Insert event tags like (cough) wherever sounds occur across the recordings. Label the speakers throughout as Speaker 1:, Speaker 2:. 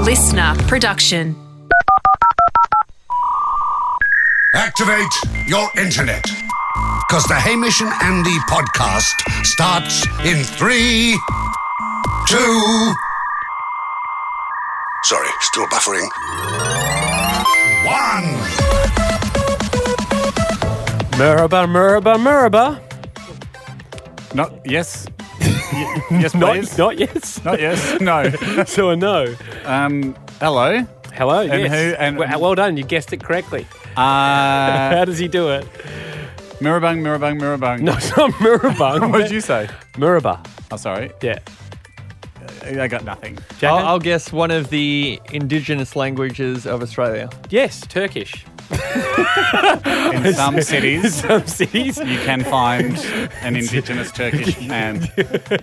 Speaker 1: listener production.
Speaker 2: Activate your internet. Because the Hamish and Andy podcast starts in three, two. Sorry, still buffering. One.
Speaker 3: Merhaba, merhaba, merhaba.
Speaker 4: Not yes. Y- yes,
Speaker 3: Not,
Speaker 4: please.
Speaker 3: not yes.
Speaker 4: Not yes. No.
Speaker 3: (laughs) so a no.
Speaker 4: Um, hello.
Speaker 3: Hello.
Speaker 4: And
Speaker 3: yes.
Speaker 4: who- and-
Speaker 3: well, uh, well done. You guessed it correctly.
Speaker 4: Uh,
Speaker 3: How does he do it? (laughs)
Speaker 4: mirabang, mirabang, mirabang.
Speaker 3: No, it's not Murabung.
Speaker 4: (laughs) What did you say?
Speaker 3: Muraba.
Speaker 4: Oh, sorry.
Speaker 3: Yeah.
Speaker 4: I got nothing.
Speaker 3: Jacko?
Speaker 5: I'll, I'll guess one of the indigenous languages of Australia.
Speaker 3: yes, Turkish. (laughs)
Speaker 4: In some cities,
Speaker 3: Some cities.
Speaker 4: you can find an indigenous Turkish man.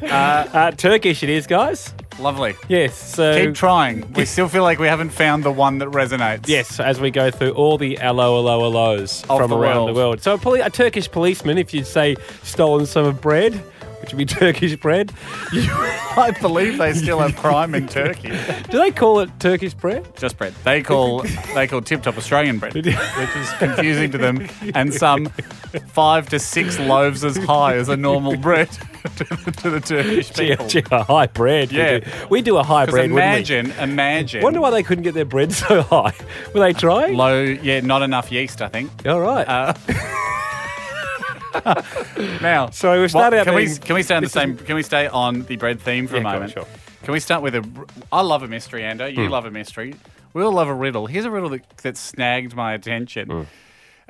Speaker 3: Uh, Turkish it is, guys.
Speaker 4: Lovely.
Speaker 3: Yes. So
Speaker 4: Keep trying. We still feel like we haven't found the one that resonates.
Speaker 3: Yes, as we go through all the allo allo allos
Speaker 4: Of
Speaker 3: from
Speaker 4: the
Speaker 3: around
Speaker 4: world.
Speaker 3: the world. So a, poli- a Turkish policeman, if you'd say stolen some of bread, which would be (laughs) Turkish bread,
Speaker 4: I believe they still have crime in (laughs) Turkey.
Speaker 3: do they call it Turkish bread?
Speaker 4: Just bread. They call they call tip top Australian bread, which is confusing to them, and some five to six loaves as high as a normal bread (laughs) to, the- to the Turkish
Speaker 3: Yeah,
Speaker 4: people.
Speaker 3: (laughs) yeah, a high bread.
Speaker 4: Yeah.
Speaker 3: We do, we do a high
Speaker 4: Because
Speaker 3: bread.
Speaker 4: imagine,
Speaker 3: Wouldn't
Speaker 4: imagine.
Speaker 3: we? Wonder why they couldn't get their bread (laughs) so high. Were they trying?
Speaker 4: low. Yeah, not enough yeast. I think.
Speaker 3: All right.
Speaker 4: Now,
Speaker 3: So we've started out
Speaker 4: Can we
Speaker 3: being-
Speaker 4: can we stay on the
Speaker 3: this is-
Speaker 4: same? Can we stay on the bread theme for
Speaker 3: Yeah,
Speaker 4: a
Speaker 3: go on,
Speaker 4: moment?
Speaker 3: sure.
Speaker 4: Can we start with a? I love a mystery, Ando. You love a mystery. We all love a riddle. Here's a riddle that, that snagged my attention.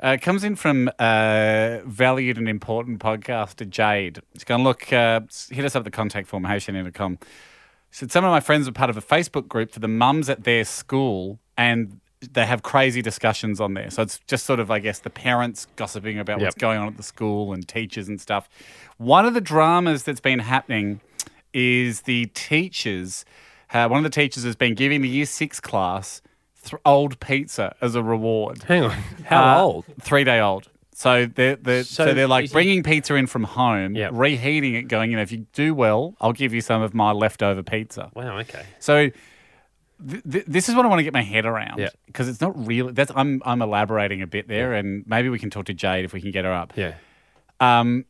Speaker 4: Uh, it comes in from uh, valued and important podcaster Jade. She's gone, look, uh, s- hit us up at the contact form, howshanina.com. Said some of my friends are part of a Facebook group for the mums at their school and they have crazy discussions on there. So it's just sort of, I guess, the parents gossiping about what's
Speaker 3: Yep.
Speaker 4: going on at the school and teachers and stuff. One of the dramas that's been happening is the teachers. Uh, one of the teachers has been giving the year six class th- old pizza as a reward.
Speaker 3: Hang on. (laughs) Uh, How old?
Speaker 4: Three day old. So they're, they're, so,
Speaker 3: So
Speaker 4: they're like
Speaker 3: is it-
Speaker 4: bringing pizza in from home,
Speaker 3: Yep.
Speaker 4: reheating it, going, you know, if you do well, I'll give you some of my leftover pizza.
Speaker 3: Wow. Okay.
Speaker 4: So th- th- this is what I want to get my head around
Speaker 3: Yeah.
Speaker 4: because it's not really. That's I'm I'm elaborating a bit there, and maybe we can talk to Jade if we can get her up.
Speaker 3: Yeah.
Speaker 4: Um,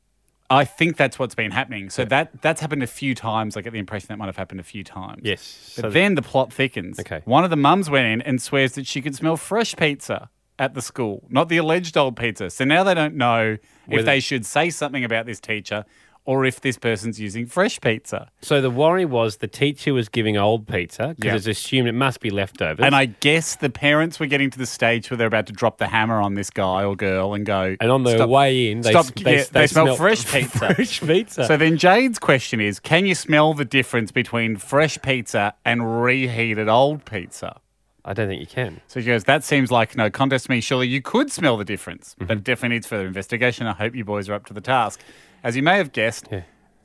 Speaker 4: I think that's what's been happening. So that that's happened a few times. I get the impression that might have happened a few times.
Speaker 3: Yes.
Speaker 4: But
Speaker 3: So
Speaker 4: then the plot thickens.
Speaker 3: Okay.
Speaker 4: One of the mums went in and swears that she could smell fresh pizza at the school, not the alleged old pizza. So now they don't know
Speaker 3: Whether-
Speaker 4: if they should say something about this teacher or if this person's using fresh pizza.
Speaker 3: So the worry was the teacher was giving old pizza because
Speaker 4: Yeah.
Speaker 3: it's assumed it must be leftovers.
Speaker 4: And I guess the parents were getting to the stage where they're about to drop the hammer on this guy or girl and go.
Speaker 3: And on the
Speaker 4: "Stop-
Speaker 3: way in, they,
Speaker 4: stop,
Speaker 3: s- they,
Speaker 4: yeah,
Speaker 3: s-
Speaker 4: they, smell,
Speaker 3: smelt
Speaker 4: fresh pizza.
Speaker 3: (laughs) Fresh pizza.
Speaker 4: So then Jade's question is can you smell the difference between fresh pizza and reheated old pizza?
Speaker 3: I don't think you can.
Speaker 4: So she goes, that seems like no contest to me. Surely you could smell the difference, but it definitely needs further investigation. I hope you boys are up to the task. As you may have guessed,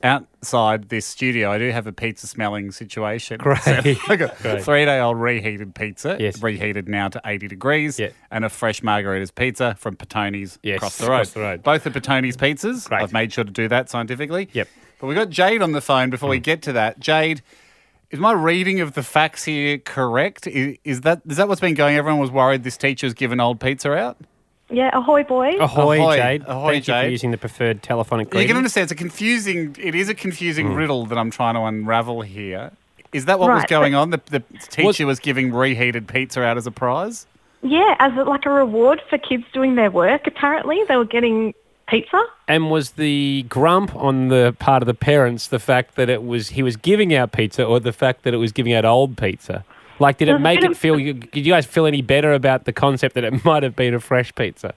Speaker 4: outside this studio, I do have a pizza smelling situation.
Speaker 3: Great. (laughs)
Speaker 4: Like a
Speaker 3: Great.
Speaker 4: three day old reheated pizza,
Speaker 3: Yes.
Speaker 4: reheated now to 80 degrees,
Speaker 3: Yeah.
Speaker 4: and a fresh margaritas pizza from Patone's
Speaker 3: Yes,
Speaker 4: across, the road.
Speaker 3: across the road.
Speaker 4: Both are Patone's pizzas.
Speaker 3: Great.
Speaker 4: I've made sure to do that scientifically.
Speaker 3: Yep. Mm.
Speaker 4: But we got Jade on the phone before we get to that. Jade, is my reading of the facts here correct? Is, is that is that what's been going? Everyone was worried this teacher was giving old pizza out.
Speaker 6: Yeah, ahoy, boys.
Speaker 3: Ahoy,
Speaker 4: Ahoy.
Speaker 3: Jade.
Speaker 4: Ahoy,
Speaker 3: Thank you for
Speaker 4: Jade.
Speaker 3: using the preferred telephonic
Speaker 4: You
Speaker 3: greeting.
Speaker 4: can understand it's a confusing. It is a
Speaker 3: Mm.
Speaker 4: confusing riddle that I'm trying to unravel here. Is that what was
Speaker 6: Right,
Speaker 4: going on? The, the teacher was giving reheated pizza out as a prize.
Speaker 6: Yeah, as a, like a reward for kids doing their work, apparently. They were getting pizza.
Speaker 3: And was the grump on the part of the parents the fact that it was he was giving out pizza, or the fact that it was giving out old pizza? Like, did it
Speaker 6: There's a
Speaker 3: make
Speaker 6: bit
Speaker 3: it
Speaker 6: of-
Speaker 3: feel? you- Did you guys feel any better about the concept that it (laughs) might have been a fresh pizza?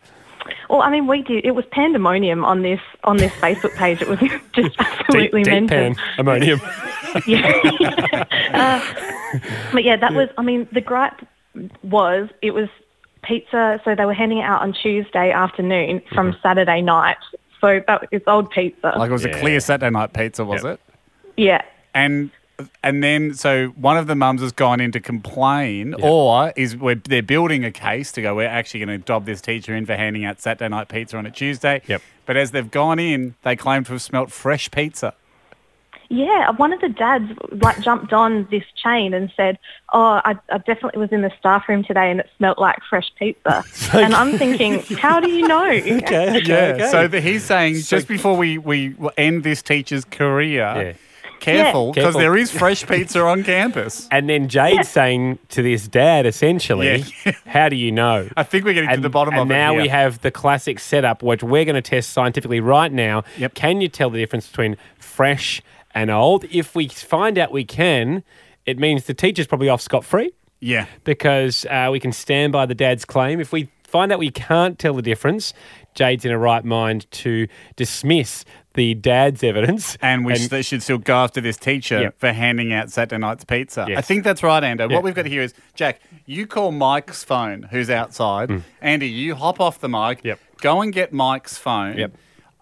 Speaker 6: Well, I mean, we did. It was pandemonium on this on this Facebook page. It was (laughs) just absolutely
Speaker 3: Deep, deep
Speaker 6: mental.
Speaker 3: pan ammonium.
Speaker 6: (laughs) Yeah. uh, but yeah, that was. I mean, the gripe was it was pizza. So they were handing it out on Tuesday afternoon from Saturday night. So that it's old pizza.
Speaker 4: Like it was a
Speaker 3: Yeah.
Speaker 4: clear Saturday night pizza, was
Speaker 3: Yep.
Speaker 4: it?
Speaker 6: yeah.
Speaker 4: and and then so one of the mums has gone in to complain or is we're, they're building a case to go we're actually going to dob this teacher in for handing out saturday night pizza on a tuesday
Speaker 3: Yep.
Speaker 4: but as they've gone in they claim to have smelt fresh pizza
Speaker 6: Yeah, one of the dads like jumped on this chain and said, "Oh, I, I definitely was in the staff room today, and it smelt like fresh
Speaker 7: (laughs)
Speaker 6: pizza." and I'm thinking, how do you know?
Speaker 3: (laughs) Okay,
Speaker 4: Yeah.
Speaker 3: okay.
Speaker 4: So the, he's saying just before we, we end this teacher's career, careful, because
Speaker 3: Careful.
Speaker 4: there is fresh pizza on campus.
Speaker 3: (laughs) and then Jade's saying to this dad, essentially,
Speaker 4: Yeah.
Speaker 3: how do you know?
Speaker 4: I think we're getting to the bottom
Speaker 3: and
Speaker 4: of it.
Speaker 3: now we
Speaker 4: here.
Speaker 3: have the classic setup, which we're going to test scientifically right now.
Speaker 4: Yep.
Speaker 3: Can you tell the difference between fresh and old? If we find out we can, it means the teacher's probably off scot free
Speaker 4: Yeah.
Speaker 3: because uh, we can stand by the dad's claim. If we find out we can't tell the difference, Jade's in a right mind to dismiss the dad's evidence.
Speaker 4: And we they should still go after this teacher
Speaker 3: Yeah.
Speaker 4: for handing out Saturday night's pizza. I
Speaker 3: Yes.
Speaker 4: think that's right, Ando.
Speaker 3: Yeah.
Speaker 4: What we've got here is Jack, you call Mike's phone, who's outside. Andy, you hop off the mic,
Speaker 3: Mm. Yep.
Speaker 4: go and get Mike's phone.
Speaker 3: Yep.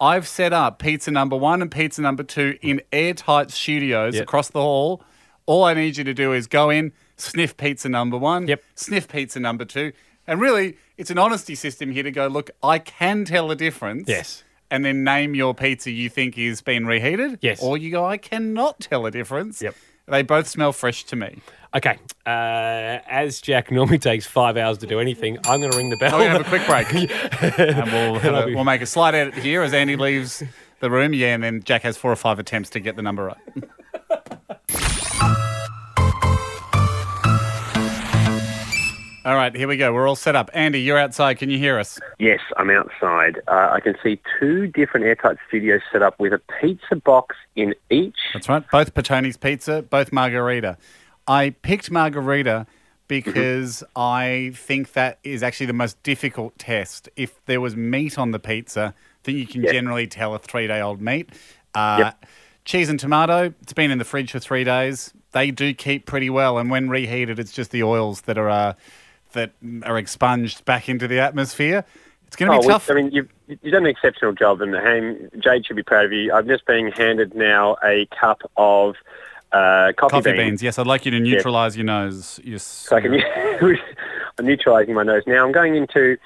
Speaker 4: I've set up pizza number one and pizza number two in airtight studios
Speaker 3: Yep.
Speaker 4: across the hall. All I need you to do is go in, sniff pizza number one,
Speaker 3: Yep.
Speaker 4: sniff pizza number two. And really, it's an honesty system here to go, look, I can tell a difference
Speaker 3: Yes.
Speaker 4: and then name your pizza you think is been reheated.
Speaker 3: Yes.
Speaker 4: Or you go, I cannot tell a difference.
Speaker 3: Yep.
Speaker 4: They both smell fresh to me.
Speaker 3: okay, uh, as Jack normally takes five hours to do anything, I'm going to ring the bell.
Speaker 4: I'm going to Oh,
Speaker 3: (laughs)
Speaker 4: have a quick break. and we'll, have a, we'll make a slight edit here as Andy leaves the room. Yeah, and then Jack has four or five attempts to get the number right. (laughs) all right, here we go. We're all set up. Andy, you're outside. Can you hear us?
Speaker 1: Yes, I'm outside. Uh, I can see two different airtight studios set up with a pizza box in each.
Speaker 4: That's right. Both Patoni's pizza, both margarita. I picked margarita because I think that is actually the most difficult test. If there was meat on the pizza, then you can generally tell a three day old meat. Uh, Cheese and tomato, it's been in the fridge for three days. They do keep pretty well, and when reheated, it's just the oils that are uh, that are expunged back into the atmosphere. It's going to be
Speaker 1: well,
Speaker 4: tough.
Speaker 1: Oh, I mean, you've, you've done an exceptional job, and Ham, Jade should be proud of you. I'm just being handed now a cup of uh, coffee,
Speaker 4: Coffee beans. yes. I'd like you to neutralize your nose. Yes.
Speaker 1: So I can, (laughs) I'm neutralising my nose now. I'm going into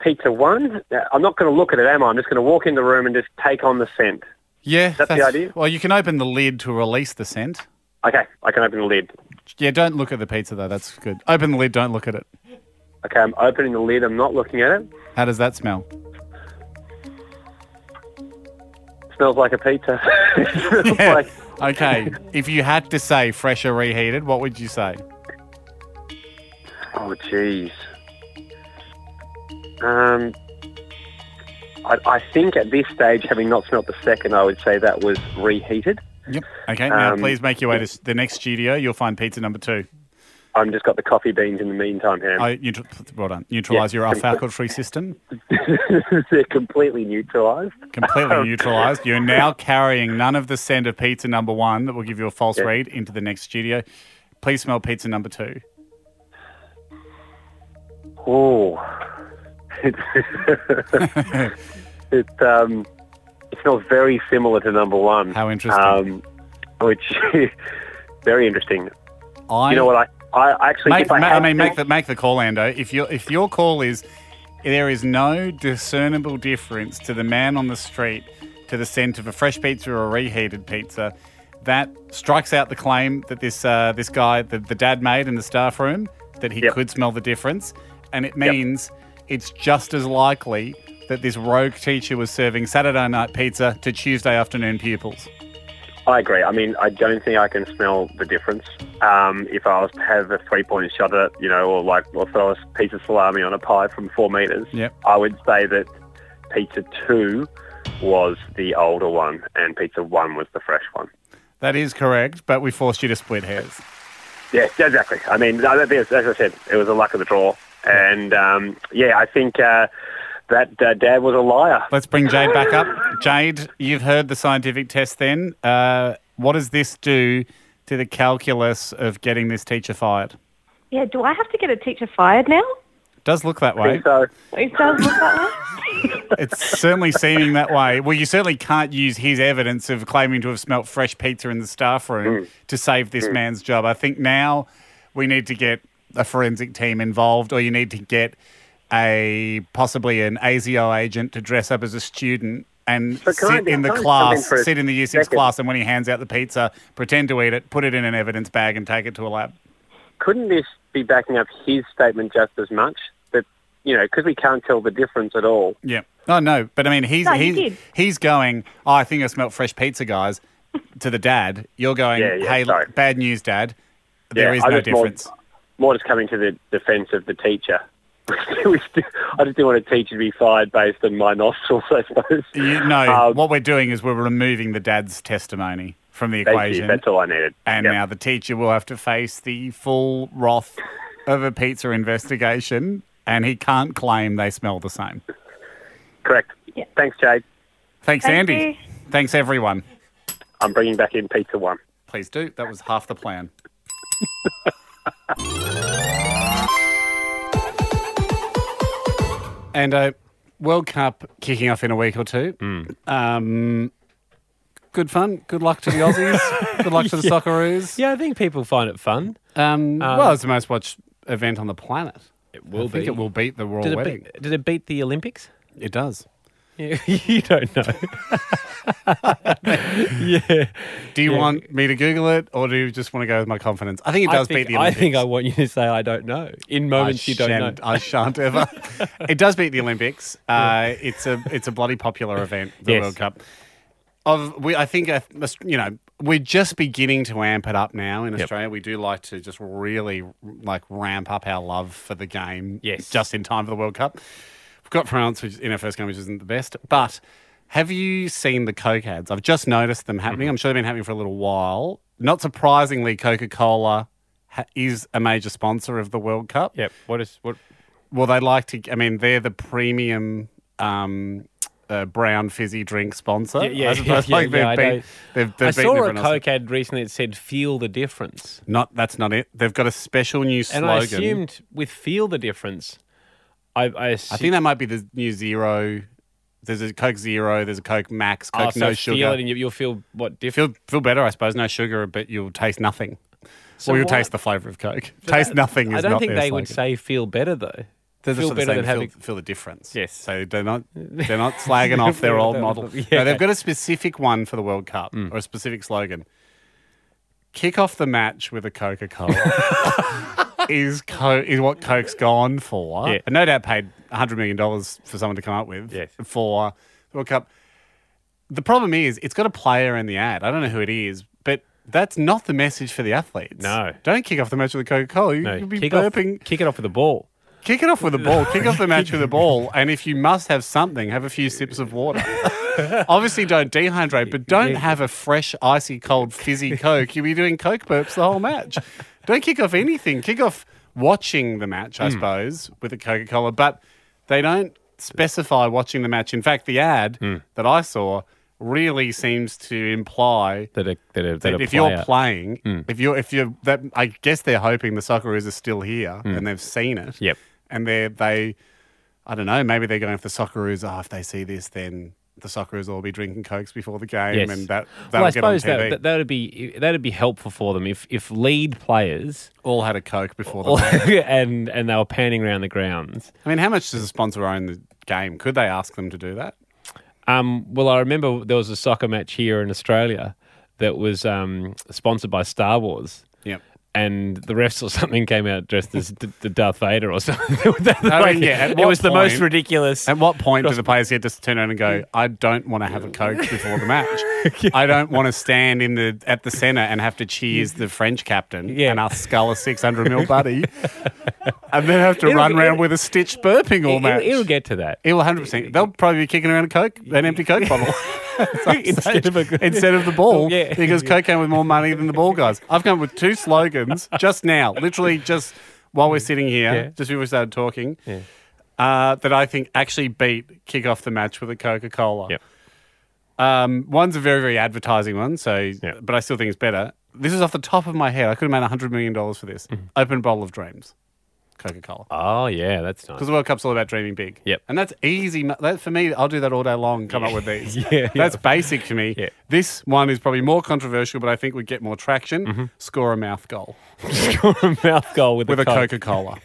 Speaker 1: pizza one. Uh, I'm not going to look at it, am I? I'm just going to walk in the room and just take on the scent.
Speaker 4: Yeah,
Speaker 1: the idea?
Speaker 4: Well, you can open the lid to release the scent.
Speaker 1: Okay, I can open the lid.
Speaker 4: Yeah, don't look at the pizza though. That's good. Open the lid. Don't look at it.
Speaker 1: Okay, I'm opening the lid. I'm not looking at it.
Speaker 4: How does that
Speaker 1: (laughs)
Speaker 4: smell?
Speaker 1: Smells like a pizza. (laughs) Smells like-
Speaker 4: okay. if you had to say fresh or reheated, what would you say?
Speaker 1: Oh, jeez. Um, I, I think at this stage, having not smelt the second, I would say that was reheated.
Speaker 4: Yep. Okay. Now,
Speaker 1: Um,
Speaker 4: please make your way to s- the next studio. You'll find pizza number two.
Speaker 1: I've just got the coffee beans in the meantime, Ham.
Speaker 4: I neutral, well done. Neutralize your olfactory system.
Speaker 1: (laughs) They're completely neutralised. (laughs)
Speaker 4: Completely (laughs) neutralized. You're now carrying none of the scent of pizza number one that will give you a false
Speaker 1: Yeah.
Speaker 4: read into the next studio. Please smell pizza number two. (laughs)
Speaker 1: Oh, it, it, um, it smells very similar to number one.
Speaker 4: How interesting.
Speaker 1: Um, which (laughs) very interesting.
Speaker 4: I
Speaker 1: You know what? I, I actually
Speaker 4: make,
Speaker 1: if I,
Speaker 4: ma- I
Speaker 1: had
Speaker 4: mean,
Speaker 1: to-
Speaker 4: make the make the call, Ando. If your if your call is there is no discernible difference to the man on the street to the scent of a fresh pizza or a reheated pizza, that strikes out the claim that this uh, this guy the, the dad made in the staff room that he
Speaker 1: Yep.
Speaker 4: could smell the difference, and it means it's just as likely that this rogue teacher was serving Saturday night pizza to Tuesday afternoon pupils.
Speaker 1: I agree. I mean, I don't think I can smell the difference. Um, if I was to have a three-point shot at, you know, or like, or throw a piece of salami on a pie from four meters,
Speaker 4: Yep.
Speaker 1: I would say that pizza two was the older one and pizza one was the fresh one.
Speaker 4: That is correct, but we forced you to split hairs.
Speaker 1: Yeah, exactly. I mean, no, that, as I said, it was a luck of the draw. And um, yeah, I think uh, that uh, dad was a liar.
Speaker 4: Let's bring Jade back up. Jade, you've heard the scientific test then. Uh, what does this do to the calculus of getting this teacher fired?
Speaker 6: Yeah, do I have to get a teacher fired now?
Speaker 4: Does look that
Speaker 1: I
Speaker 4: way.
Speaker 1: think so.
Speaker 6: It does look that way.
Speaker 4: It's certainly seeming that way. Well, you certainly can't use his evidence of claiming to have smelt fresh pizza in the staff room
Speaker 1: Mm.
Speaker 4: to save this man's job. I think now we need to get a forensic team involved, or you need to get a possibly an ASIO agent to dress up as a student and
Speaker 1: So can I-
Speaker 4: sit in the
Speaker 1: can I
Speaker 4: class,
Speaker 1: come in for a
Speaker 4: sit in the year six
Speaker 1: second?
Speaker 4: class, and when he hands out the pizza, pretend to eat it, put it in an evidence bag, and take it to a lab.
Speaker 1: couldn't this be backing up his statement just as much? That, you know, because we can't tell the difference at all.
Speaker 4: Yeah. Oh no, but I mean, he's
Speaker 6: No, you
Speaker 4: he's
Speaker 6: did.
Speaker 4: he's going. Oh, I think I smelt fresh pizza, guys. To the dad, you're going.
Speaker 1: Yeah, yeah,
Speaker 4: hey,
Speaker 1: sorry.
Speaker 4: bad news, dad. There is
Speaker 1: I
Speaker 4: no
Speaker 1: just more-
Speaker 4: difference.
Speaker 1: More just coming to the defence of the teacher. (laughs) We still- I just didn't want a teacher to be fired based on my (laughs) nostrils, I suppose.
Speaker 4: You, no,
Speaker 1: Um,
Speaker 4: what we're doing is we're removing the dad's testimony from the
Speaker 1: Thank you.
Speaker 4: equation,
Speaker 1: That's all I needed.
Speaker 4: and
Speaker 1: Yep.
Speaker 4: now the teacher will have to face the full wrath of a pizza investigation, and he can't claim they smell the same.
Speaker 1: Correct. Thanks, Jade.
Speaker 4: Thanks,
Speaker 6: Thank
Speaker 4: Andy.
Speaker 6: you.
Speaker 4: Thanks, everyone.
Speaker 1: I'm bringing back in Pizza One.
Speaker 4: Please do. That was half the plan. and uh, World Cup kicking off in a week or two. Um, good fun. Good luck to the Aussies. good luck to the (laughs) Socceroos.
Speaker 3: Yeah, I think people find it fun.
Speaker 4: Um, well, it's the most watched event on the planet.
Speaker 3: It will
Speaker 4: I think it will beat the Royal
Speaker 3: Did it,
Speaker 4: Wedding.
Speaker 3: beat, did it beat the Olympics?
Speaker 4: It does.
Speaker 3: (laughs) you don't know. yeah,
Speaker 4: Do you want me to Google it, or do you just want to go with my confidence? I think (laughs) it
Speaker 3: I
Speaker 4: does
Speaker 3: think,
Speaker 4: beat the
Speaker 3: I
Speaker 4: Olympics.
Speaker 3: think I want you to say I don't know in moments you don't know.
Speaker 4: shan't- I shan't ever.
Speaker 3: (laughs)
Speaker 4: it does beat the Olympics. Uh, it's a it's a bloody popular event, the
Speaker 3: Yes.
Speaker 4: World Cup. Of we, I think uh, must- you know we're just beginning to amp it up now in Australia. We do like to just really like ramp up our love for the game.
Speaker 3: Yes.
Speaker 4: just in time for the World Cup. We've got France, which in our first game, which isn't the best, but. Have you seen the Coke ads? I've just noticed them happening.
Speaker 3: Mm-hmm.
Speaker 4: I'm sure they've been happening for a little while. Not surprisingly, Coca Cola ha- is a major sponsor of the World Cup.
Speaker 3: Yep. What is what?
Speaker 4: Well, they like to. I mean, they're the premium um, uh, brown fizzy drink sponsor.
Speaker 3: Yeah, (laughs) yeah,
Speaker 4: I suppose,
Speaker 3: yeah,
Speaker 4: like
Speaker 3: yeah, I
Speaker 4: they've,
Speaker 3: know.
Speaker 4: beat, they've, they've
Speaker 3: I
Speaker 4: beaten
Speaker 3: saw a
Speaker 4: everyone else.
Speaker 3: Coke ad recently that said "Feel the difference,"
Speaker 4: Not that's not it. They've got a special new
Speaker 3: and
Speaker 4: slogan.
Speaker 3: I assumed with "Feel the difference," I I, assu-
Speaker 4: I think that might be the new zero. There's a Coke Zero. There's a Coke Max.
Speaker 3: oh,
Speaker 4: Coke
Speaker 3: so
Speaker 4: No
Speaker 3: Feel
Speaker 4: Sugar.
Speaker 3: it and you, you'll feel what difference.
Speaker 4: feel feel better, I suppose. No sugar, but you'll taste nothing.
Speaker 3: So
Speaker 4: or you'll
Speaker 3: why-
Speaker 4: taste the flavour of Coke. Taste nothing.
Speaker 3: I
Speaker 4: Is
Speaker 3: don't
Speaker 4: not
Speaker 3: think
Speaker 4: their
Speaker 3: they would
Speaker 4: slogan.
Speaker 3: say "Feel better" though.
Speaker 4: They're
Speaker 3: feel
Speaker 4: sort of
Speaker 3: better
Speaker 4: saying
Speaker 3: than having.
Speaker 4: feel, feel the difference.
Speaker 3: Yes.
Speaker 4: So they're
Speaker 3: (laughs)
Speaker 4: not they're not slagging off their old model.
Speaker 3: Yeah. Mm.
Speaker 4: No, they've got a specific one for the World Cup or a specific slogan. Kick off the match with a Coca Cola
Speaker 3: (laughs)
Speaker 4: is co- is what Coke's gone for.
Speaker 3: Yeah.
Speaker 4: And no doubt paid hundred million dollars for someone to come up with
Speaker 3: Yes.
Speaker 4: for the World Cup. The problem is it's got a player in the ad. I don't know who it is, but that's not the message for the athletes.
Speaker 3: No.
Speaker 4: Don't kick off the match with a Coca Cola. You,
Speaker 3: no,
Speaker 4: You'll be
Speaker 3: kick
Speaker 4: burping
Speaker 3: off, kick it off with a ball.
Speaker 4: Kick it off with a
Speaker 3: (laughs)
Speaker 4: ball. Kick off the match with a ball. And if you must have something, have a few sips of
Speaker 3: (laughs)
Speaker 4: water. Obviously, don't dehydrate, but don't have a fresh, icy, cold, fizzy Coke. You'll be doing Coke burps the whole match. Don't kick off anything. Kick off watching the match,
Speaker 3: Hmm.
Speaker 4: I suppose, with a Coca Cola. But they don't specify watching the match. In fact, the ad
Speaker 3: Hmm.
Speaker 4: that I saw really seems to imply
Speaker 3: That a that a, that
Speaker 4: that
Speaker 3: a
Speaker 4: if
Speaker 3: player. Hmm.
Speaker 4: you're playing, if you're if you're that, I guess they're hoping the Socceroos are still here
Speaker 3: Hmm.
Speaker 4: and they've seen it.
Speaker 3: Yep.
Speaker 4: And they they, I don't know. Maybe they're going if the Socceroos. Oh, if they see this, then the Socceroos will be drinking cokes before the game,
Speaker 3: Yes.
Speaker 4: and that
Speaker 3: well,
Speaker 4: that'll
Speaker 3: I
Speaker 4: get on
Speaker 3: suppose
Speaker 4: TV.
Speaker 3: that, that that'd be that'd be helpful for them if if lead players
Speaker 4: all had a coke before the. game.
Speaker 3: (laughs) and and they were panning around the grounds.
Speaker 4: I mean, how much does a sponsor own the game? Could they ask them to do that?
Speaker 3: Um, well, I remember there was a soccer match here in Australia that was um, sponsored by Star Wars.
Speaker 4: Yep.
Speaker 3: And the refs or something came out dressed as D- D- Darth Vader or (laughs) something. Like,
Speaker 4: yeah, at
Speaker 3: it
Speaker 4: what
Speaker 3: was the most
Speaker 4: point-
Speaker 3: ridiculous.
Speaker 4: At what point do the players get to turn around and go, I don't want to have a
Speaker 3: (laughs)
Speaker 4: Coke before the match. I don't want to stand in the at the centre and have to cheers the French captain
Speaker 3: Yeah.
Speaker 4: and us skull a 600 mil
Speaker 3: (laughs)
Speaker 4: buddy and then have to
Speaker 3: It'll
Speaker 4: run
Speaker 3: get-
Speaker 4: around with a stitch burping all
Speaker 3: It- it'll,
Speaker 4: match.
Speaker 3: it'll get to that.
Speaker 4: It'll 100%. They'll probably be kicking around a Coke, an empty Coke
Speaker 3: (laughs)
Speaker 4: bottle. at some
Speaker 3: Instead
Speaker 4: stage,
Speaker 3: of a- Oh,
Speaker 4: instead of the ball,
Speaker 3: Yeah.
Speaker 4: because Coke came with more money than the ball
Speaker 3: (laughs)
Speaker 4: guys. I've come up with two slogans just now, literally just while we're sitting here,
Speaker 3: Yeah.
Speaker 4: just before we started talking, uh, that I think actually beat kick off the match with a Coca Cola.
Speaker 3: Yep.
Speaker 4: Um, one's a very, very advertising one, so
Speaker 3: Yep.
Speaker 4: but I still think it's better. This is off the top of my head. I could have made $100 million for this.
Speaker 3: Mm-hmm.
Speaker 4: Open Bowl of Dreams, Coca Cola.
Speaker 3: Oh, yeah, that's nice.
Speaker 4: Because the World Cup's all about dreaming big.
Speaker 3: Yep.
Speaker 4: And that's easy. mo- That, for me, I'll do that all day long, come up
Speaker 3: (laughs)
Speaker 4: with these.
Speaker 3: Yeah,
Speaker 4: That's basic to me.
Speaker 3: Yeah.
Speaker 4: This one is probably more controversial, but I think would get more traction.
Speaker 3: Mm-hmm.
Speaker 4: Score a mouth goal
Speaker 3: Score a (laughs) mouth goal with,
Speaker 4: with
Speaker 3: a
Speaker 4: a
Speaker 3: Coke.
Speaker 4: Coca
Speaker 3: (laughs)
Speaker 4: Cola.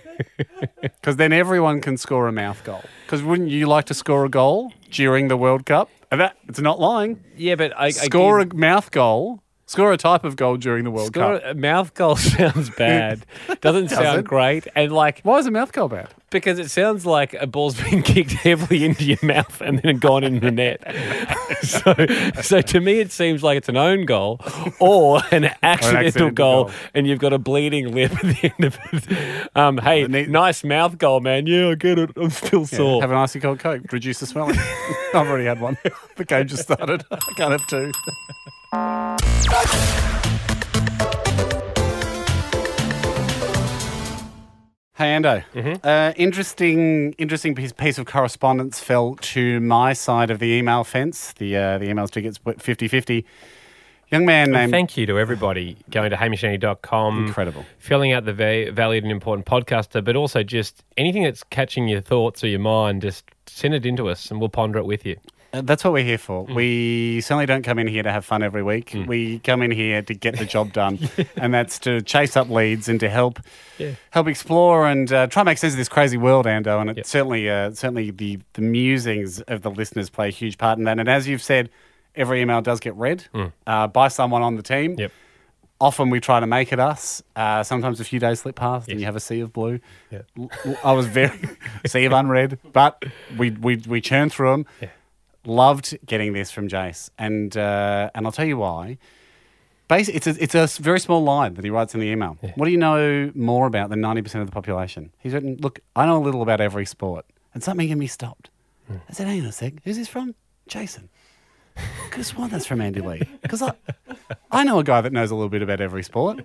Speaker 4: Because then everyone can score a mouth goal. Because wouldn't you like to score a goal during the World Cup And that it's not lying.
Speaker 3: Yeah, but I,
Speaker 4: Score
Speaker 3: again,
Speaker 4: a mouth goal. Score a type of goal during the World
Speaker 3: score
Speaker 4: Cup.
Speaker 3: a mouth goal (laughs) sounds
Speaker 4: (laughs)
Speaker 3: bad. Doesn't sound
Speaker 4: Doesn't.
Speaker 3: great, and like
Speaker 4: Why is a mouth goal bad?
Speaker 3: because it sounds like a ball's (laughs) been kicked heavily into your mouth and then gone in the net. (laughs) so, so to me, it seems like it's an own goal or
Speaker 4: (laughs)
Speaker 3: an accidental,
Speaker 4: accidental
Speaker 3: goal,
Speaker 4: goal.
Speaker 3: and you've got a bleeding lip at the end of it. Um, hey,
Speaker 4: need-
Speaker 3: nice mouth goal, man. Yeah, I get it. I'm still sore.
Speaker 4: Have an icy cold Coke. (laughs) Reduce the swelling. I've already had one. (laughs) The game just started. (laughs) I can't have two. Hey Ando, uh, interesting, interesting piece, piece of correspondence fell to my side of the email fence. The uh, the emails tickets 50-50. Young man named
Speaker 3: Thank you to everybody going to hamishandy.com.
Speaker 4: Incredible.
Speaker 3: Filling out the va- valued and important podcaster, but also just anything that's catching your thoughts or your mind, just send it into us and we'll ponder it with you.
Speaker 4: Uh, That's what we're here for. We certainly don't come in here to have fun every week. We come in here to get the job done, and that's to chase up leads and to help help explore and uh, try and make sense of this crazy world, Ando. And it certainly uh, certainly the the musings of the listeners play a huge part in that. And as you've said, every email does get read uh, by someone on the team.
Speaker 3: Yep.
Speaker 4: Often we try to make it us. Uh, sometimes a few days slip past and you have a sea of blue. L- l- I was very (laughs) sea of unread, but we we we churn through them. Loved getting this from Jace, and uh, and I'll tell you why. Basically, it's a, it's a s- very small line that he writes in the email. What do you know more about than ninety percent of the population? He's written, look, I know a little about every sport, and something in me stopped. I said, hang on a sec, who's this from? Jason. I could have sworn that's from Andy Lee because I I know a guy that knows a little bit about every sport,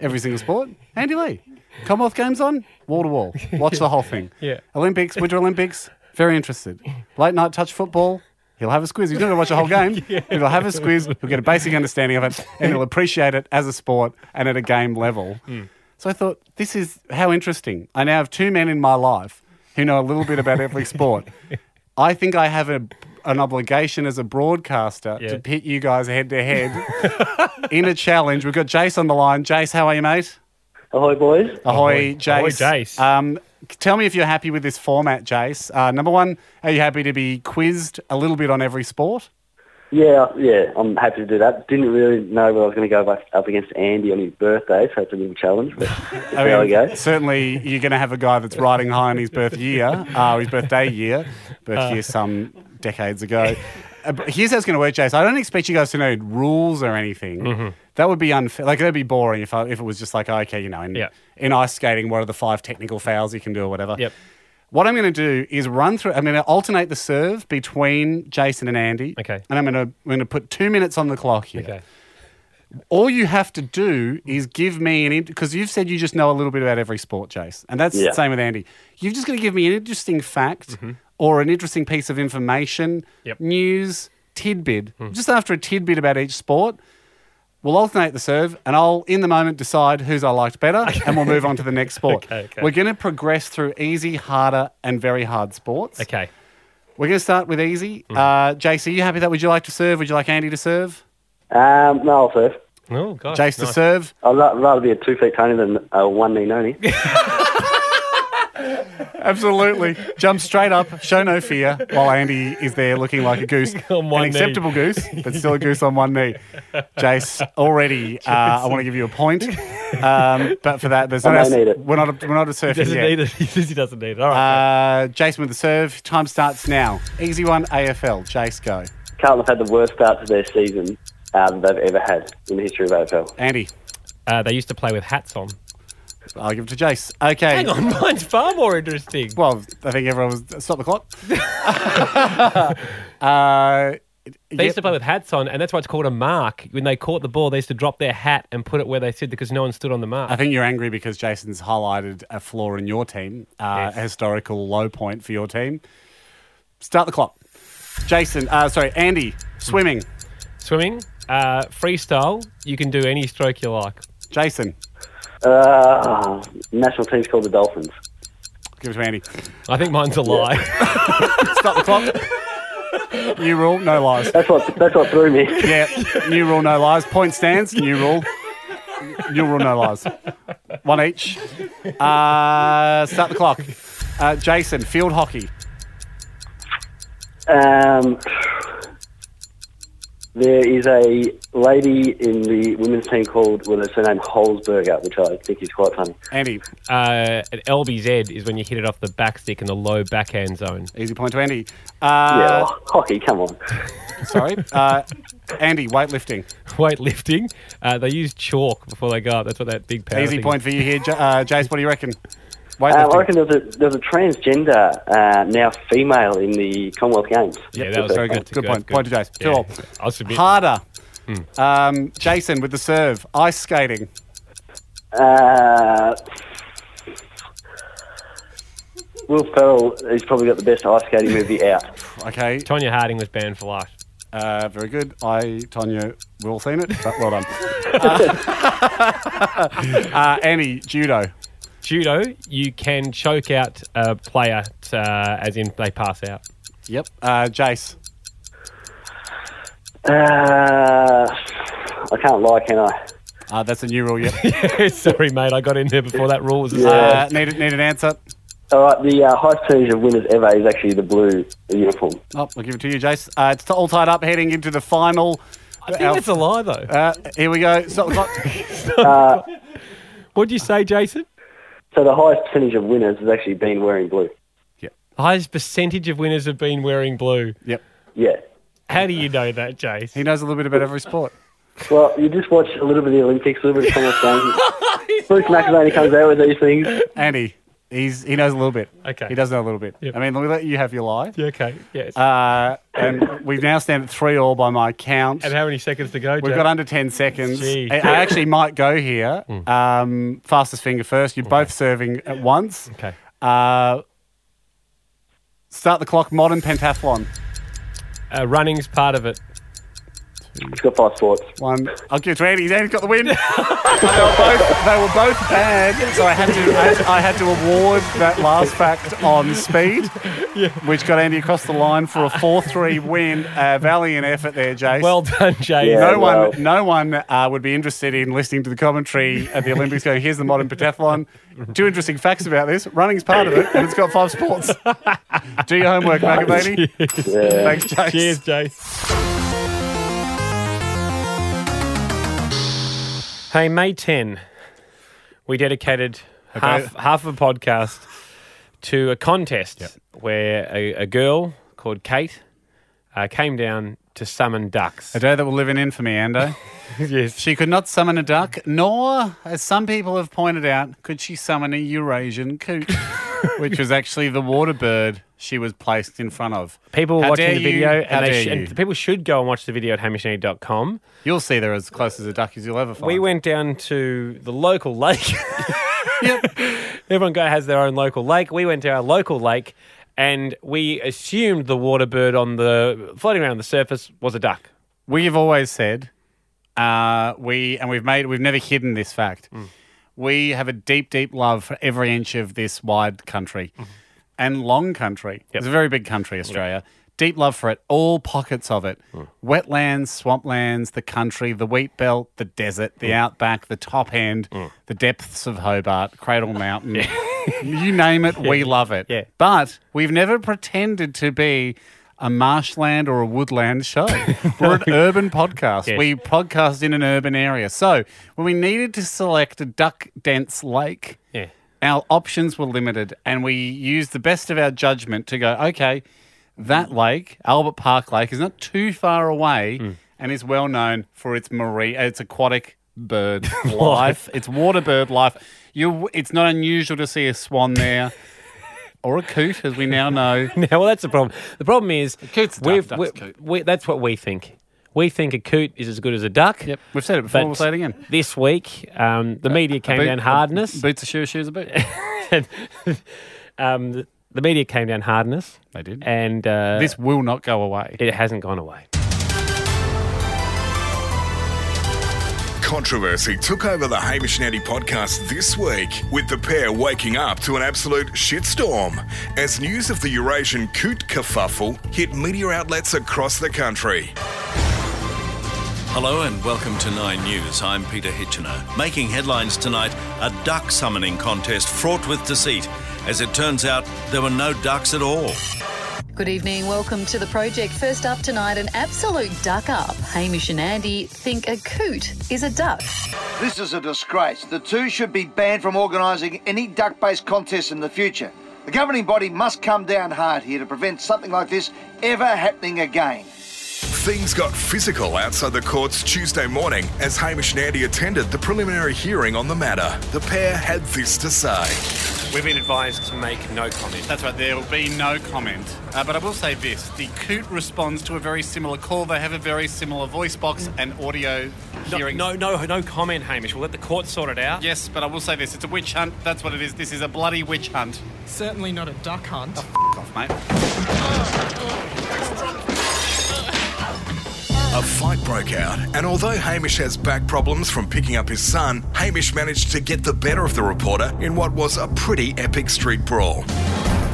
Speaker 4: every single sport. Andy Lee. Commonwealth Games on, wall to
Speaker 3: (laughs)
Speaker 4: wall. Watch the whole thing.
Speaker 3: Yeah.
Speaker 4: Olympics, Winter Olympics, very interested. Late night touch football. He'll have a squiz. He's not going to watch the whole
Speaker 3: (laughs)
Speaker 4: game. He'll have a squiz. He'll get a basic understanding of it, and he'll appreciate it as a sport and at a game level.
Speaker 3: Mm.
Speaker 4: So I thought, this is how interesting. I now have two men in my life who know a little bit about every
Speaker 3: (laughs)
Speaker 4: sport. I think I have a, an obligation as a broadcaster
Speaker 3: Yeah.
Speaker 4: to pit you guys head to head in a challenge. We've got Jace on the line. Jace, how are you, mate?
Speaker 8: Ahoy, boys.
Speaker 4: Ahoy, Jace.
Speaker 3: Ahoy, Jace.
Speaker 4: Um, c- tell me if you're happy with this format, Jace. Uh, number one, are you happy to be quizzed a little bit on every sport?
Speaker 8: Yeah, yeah, I'm happy to do that. Didn't really know whether I was going to go back up against Andy on his birthday, so it's a little challenge,
Speaker 4: (laughs)
Speaker 8: but there we go.
Speaker 4: certainly you're going to have a guy that's riding high on his birth year, uh, his birthday year, birth
Speaker 3: Uh.
Speaker 4: year some decades ago. Uh, but here's how it's going to work, Jace. I don't expect you guys to know rules or anything.
Speaker 3: Mm-hmm.
Speaker 4: That would be unfair. Like, that'd be boring if, I, if it was just like, oh, okay, you know, in,
Speaker 3: Yeah.
Speaker 4: in ice skating, what are the five technical fouls you can do or whatever.
Speaker 3: Yep.
Speaker 4: What I'm going to do is run through. I'm going to alternate the serve between Jason and Andy.
Speaker 3: Okay.
Speaker 4: And I'm going to I'm going to put two minutes on the clock here.
Speaker 3: Okay.
Speaker 4: All you have to do is give me an because you've said you just know a little bit about every sport, Jace, and that's
Speaker 8: Yeah.
Speaker 4: the same with Andy. You've just got to give me an interesting fact or an interesting piece of information,
Speaker 3: Mm-hmm. Yep. Mm-hmm.
Speaker 4: news tidbit, just after a tidbit about each sport. We'll alternate the serve, and I'll in the moment decide whose I liked better, and we'll move on to the next sport.
Speaker 3: (laughs) Okay, okay.
Speaker 4: We're going to progress through easy, harder, and very hard sports.
Speaker 3: Okay. Mm-hmm.
Speaker 4: We're going to start with easy. Uh, Jace, are you happy with that? Would you like to serve? Would you like Andy to serve?
Speaker 8: Um, no, I'll surf.
Speaker 3: Oh, gosh.
Speaker 4: Jace to
Speaker 3: nice.
Speaker 4: serve.
Speaker 8: I'd ra- rather be a two feet tony than a one knee
Speaker 4: (laughs)
Speaker 8: noni.
Speaker 4: Absolutely. Jump straight up, show no fear, while Andy is there looking like a goose.
Speaker 3: (laughs) On one
Speaker 4: An
Speaker 3: knee.
Speaker 4: acceptable goose, but still a goose on one
Speaker 3: (laughs)
Speaker 4: knee. Jace, already uh, I want to give you a point. Um, but for that, there's
Speaker 8: I
Speaker 4: no
Speaker 8: may need it.
Speaker 4: We're not, we're not a surfer
Speaker 3: Doesn't
Speaker 4: yet.
Speaker 3: need it. (laughs) He says he doesn't need it. All right.
Speaker 4: Uh, Jason with the serve. Time starts now. Easy one, AFL. Jace, go.
Speaker 8: Carlton have had the worst start to their season uh, that they've ever had in the history of AFL.
Speaker 4: Andy,
Speaker 3: Uh, they used to play with hats on.
Speaker 4: I'll give it to Jace. Okay. (laughs)
Speaker 3: Hang on, mine's far more interesting.
Speaker 4: Well, I think everyone was. Stop the
Speaker 3: (laughs)
Speaker 4: clock. (laughs) uh,
Speaker 3: They
Speaker 4: yep.
Speaker 3: used to play with hats on, and that's why it's called a mark. When they caught the ball, they used to drop their hat and put it where they said because no one stood on the mark.
Speaker 4: I think you're angry because Jason's highlighted a flaw in your team, uh,
Speaker 3: Yes.
Speaker 4: a historical low point for your team. Start the clock. Jason, uh, sorry, Andy, swimming.
Speaker 3: Swimming, uh, freestyle, you can do any stroke you like.
Speaker 4: Jason,
Speaker 8: Uh, national team's called the Dolphins.
Speaker 4: give it to Andy.
Speaker 3: I think mine's a lie. (laughs)
Speaker 4: Start the clock. New rule, no lies.
Speaker 8: That's what, that's what threw me.
Speaker 4: Yeah, new rule, no lies. Point stands, new rule. New rule, no lies. One each. Uh, start the clock. Uh, Jason, field hockey.
Speaker 8: Um, There is a lady in the women's team called, well, it's her name Holzberger, which I think is quite funny.
Speaker 4: Andy,
Speaker 3: Uh, at LBZ is when you hit it off the back stick in the low backhand zone. (laughs)
Speaker 4: easy point to Andy.
Speaker 8: Yeah,
Speaker 4: Uh,
Speaker 8: oh, hockey, come on.
Speaker 4: Sorry. Uh, Andy, weightlifting.
Speaker 3: Weightlifting, uh, they use chalk before they go up. That's what that big power
Speaker 4: Easy
Speaker 3: thing
Speaker 4: point for you here. J- uh, Jace, what do you reckon?
Speaker 8: Um, I
Speaker 4: Weightlifting.
Speaker 8: reckon there's a, there's a transgender, uh, now female, in the Commonwealth Games.
Speaker 3: Yeah, that was
Speaker 4: very good.
Speaker 3: That's
Speaker 4: Good
Speaker 3: good,
Speaker 4: point.
Speaker 3: good.
Speaker 4: Point to Jace. Two
Speaker 3: Yeah.
Speaker 4: all.
Speaker 3: I'll submit. Hmm.
Speaker 4: Harder. Um, Jason with the serve. Ice skating.
Speaker 8: Uh, Will Ferrell has probably got the best ice skating movie out.
Speaker 4: Okay.
Speaker 3: Tonya Harding was banned for life.
Speaker 4: Uh, very good. I, Tonya, we all seen it. But
Speaker 8: (laughs)
Speaker 4: well done. uh, (laughs) uh, Annie, judo.
Speaker 3: Judo, you can choke out a player, t- uh, as in they pass out. (laughs)
Speaker 4: Yep. Uh, Jace.
Speaker 8: Uh, I can't lie, can I?
Speaker 4: Uh, that's a new rule.
Speaker 8: (laughs)
Speaker 4: Yep.
Speaker 3: Sorry, mate, I got in there before that rule was.
Speaker 4: Uh, need, need an answer.
Speaker 8: All right, the uh, highest percentage of winners ever is actually the blue uniform.
Speaker 4: Oh, I'll give it to you, Jace. Uh, it's all tied up heading into the final.
Speaker 3: I think it's a lie, though.
Speaker 4: Uh, here we go. So, so-
Speaker 3: What did you say, Jason?
Speaker 8: So the highest percentage of winners has actually been wearing blue.
Speaker 3: Highest percentage of winners have been wearing blue.
Speaker 4: yep.
Speaker 8: Yeah.
Speaker 3: How do you know that, Jace?
Speaker 4: He knows a little bit about every sport.
Speaker 8: Well, you just watch a little bit of the Olympics, a little bit of Commonwealth Games. Bruce McIlvany comes out with these things.
Speaker 4: Andy, he's he knows a little bit.
Speaker 3: Okay.
Speaker 4: He does know a little bit.
Speaker 3: Yep.
Speaker 4: I mean, we let you have your lie.
Speaker 3: Yeah, okay, yes.
Speaker 4: Uh, and we now stand at three all by my count.
Speaker 3: and how many seconds to go,
Speaker 4: We've
Speaker 3: Jace?
Speaker 4: got under 10 seconds.
Speaker 3: Gee. Hmm.
Speaker 4: I, I actually might go here. Um, fastest finger first. You're both serving at once.
Speaker 3: Okay.
Speaker 4: Uh, start the clock. Modern pentathlon.
Speaker 3: Uh, running's part of it.
Speaker 8: It's got five sports.
Speaker 4: One. I'll give it to Andy. Andy's got the
Speaker 3: (laughs)
Speaker 4: win. they, were both, they were both bad, so I had to I had, I had to award that last fact on
Speaker 3: (laughs)
Speaker 4: speed, which got Andy across the line for a four-three win. Uh, valiant effort there, Jace.
Speaker 3: Well done, Jace.
Speaker 8: Yeah.
Speaker 4: No one,
Speaker 8: well.
Speaker 4: no one uh, would be interested in listening to the commentary at the Olympics. Going, here's the modern pentathlon. Two interesting facts about this: running's part of it, and it's got five
Speaker 3: (laughs)
Speaker 4: sports. Do your homework, McAvaney.
Speaker 8: Yeah.
Speaker 4: Thanks, Jace.
Speaker 3: Cheers, Jace. Hey, May 10, we dedicated half, half of a podcast to a contest where a, a girl called Kate uh, came down to summon ducks.
Speaker 4: A day that we're living in for me, Ando.
Speaker 3: (laughs) yes.
Speaker 4: She could not summon a duck, nor, as some people have pointed out, could she summon a Eurasian
Speaker 3: (laughs)
Speaker 4: coot, which was actually the water bird she was placed in front of.
Speaker 3: People were
Speaker 4: How
Speaker 3: watching
Speaker 4: dare
Speaker 3: the
Speaker 4: you,
Speaker 3: video,
Speaker 4: how
Speaker 3: and, they
Speaker 4: dare
Speaker 3: sh-
Speaker 4: you.
Speaker 3: and people should go and watch the video at hamishney.com.
Speaker 4: You'll see they're as close as a duck as you'll ever find.
Speaker 3: We went down to the local
Speaker 4: (laughs)
Speaker 3: lake. Everyone go has their own local lake. We went to our local lake and we assumed the water bird on the floating around the surface was a duck. (laughs)
Speaker 4: We have always said uh, we, and we've made, we've never hidden this fact.
Speaker 3: Mm.
Speaker 4: We have a deep, deep love for every inch of this wide country
Speaker 3: Mm-hmm.
Speaker 4: and long country. It's a very big country, Australia. Deep love for it, all pockets of it
Speaker 3: Mm.
Speaker 4: wetlands, swamplands, the country, the wheat belt, the desert,
Speaker 3: Mm.
Speaker 4: the outback, the top end, the depths of Hobart, Cradle
Speaker 3: (laughs)
Speaker 4: Mountain. you name it, we love it.
Speaker 3: Yeah.
Speaker 4: But we've never pretended to be a marshland or a woodland
Speaker 3: (laughs)
Speaker 4: show. We're an urban podcast.
Speaker 3: Yes.
Speaker 4: We podcast in an urban area. So when we needed to select a duck dense lake,
Speaker 3: Yeah.
Speaker 4: our options were limited and we used the best of our judgment to go, okay,
Speaker 3: Mm.
Speaker 4: that lake, Albert Park Lake, is not too far away and is well known for its marine, its aquatic
Speaker 3: (laughs)
Speaker 4: bird life, its water bird life. You, it's not unusual to see a swan
Speaker 3: (laughs)
Speaker 4: there. Or a coot, as we now know.
Speaker 3: Now, well, that's the problem. The problem is
Speaker 4: coot's a duck,
Speaker 3: we've-
Speaker 4: duck's
Speaker 3: we-
Speaker 4: a coot.
Speaker 3: we- that's what we think. We think a coot is as good as a duck.
Speaker 4: Yep, we've said it before.
Speaker 3: But
Speaker 4: we'll say it again. Uh,
Speaker 3: This week, um, the media came
Speaker 4: Boot-
Speaker 3: down hard on us.
Speaker 4: Boots a shoe, a shoes a boot.
Speaker 3: um, the- the media came down hard on us,
Speaker 4: (laughs) They did.
Speaker 3: and uh,
Speaker 4: this will not go away.
Speaker 3: it hasn't gone away.
Speaker 9: Controversy took over the Hamish and Andy podcast this week, with the pair waking up to an absolute shitstorm as news of the Eurasian coot kerfuffle hit media outlets across the country.
Speaker 10: Hello and welcome to Nine News. I'm Peter Hitchener. Making headlines tonight a duck summoning contest fraught with deceit. As it turns out, there were no ducks at all.
Speaker 11: Good evening. Welcome to the project. First up tonight, an absolute duck up. Hamish and Andy think a coot is a duck.
Speaker 12: This is a disgrace. The two should be banned from organising any duck based contests in the future. The governing body must come down hard here to prevent something like this ever happening again.
Speaker 9: Things got physical outside the courts Tuesday morning as Hamish and Andy attended the preliminary hearing on the matter. The pair had this to say.
Speaker 3: We've been advised to make no comment.
Speaker 4: That's right, there will be no comment. Uh, but I will say this the coot responds to a very similar call. They have a very similar voice box and audio hearing.
Speaker 3: No, no, no comment, Hamish. We'll let the court sort it out.
Speaker 4: Yes, but I will say this it's a witch hunt. That's what it is. This is a bloody witch hunt.
Speaker 13: Certainly not a duck hunt.
Speaker 4: Off, mate.
Speaker 9: A fight broke out, and although Hamish has back problems from picking up his son, Hamish managed to get the better of the reporter in what was a pretty epic street brawl.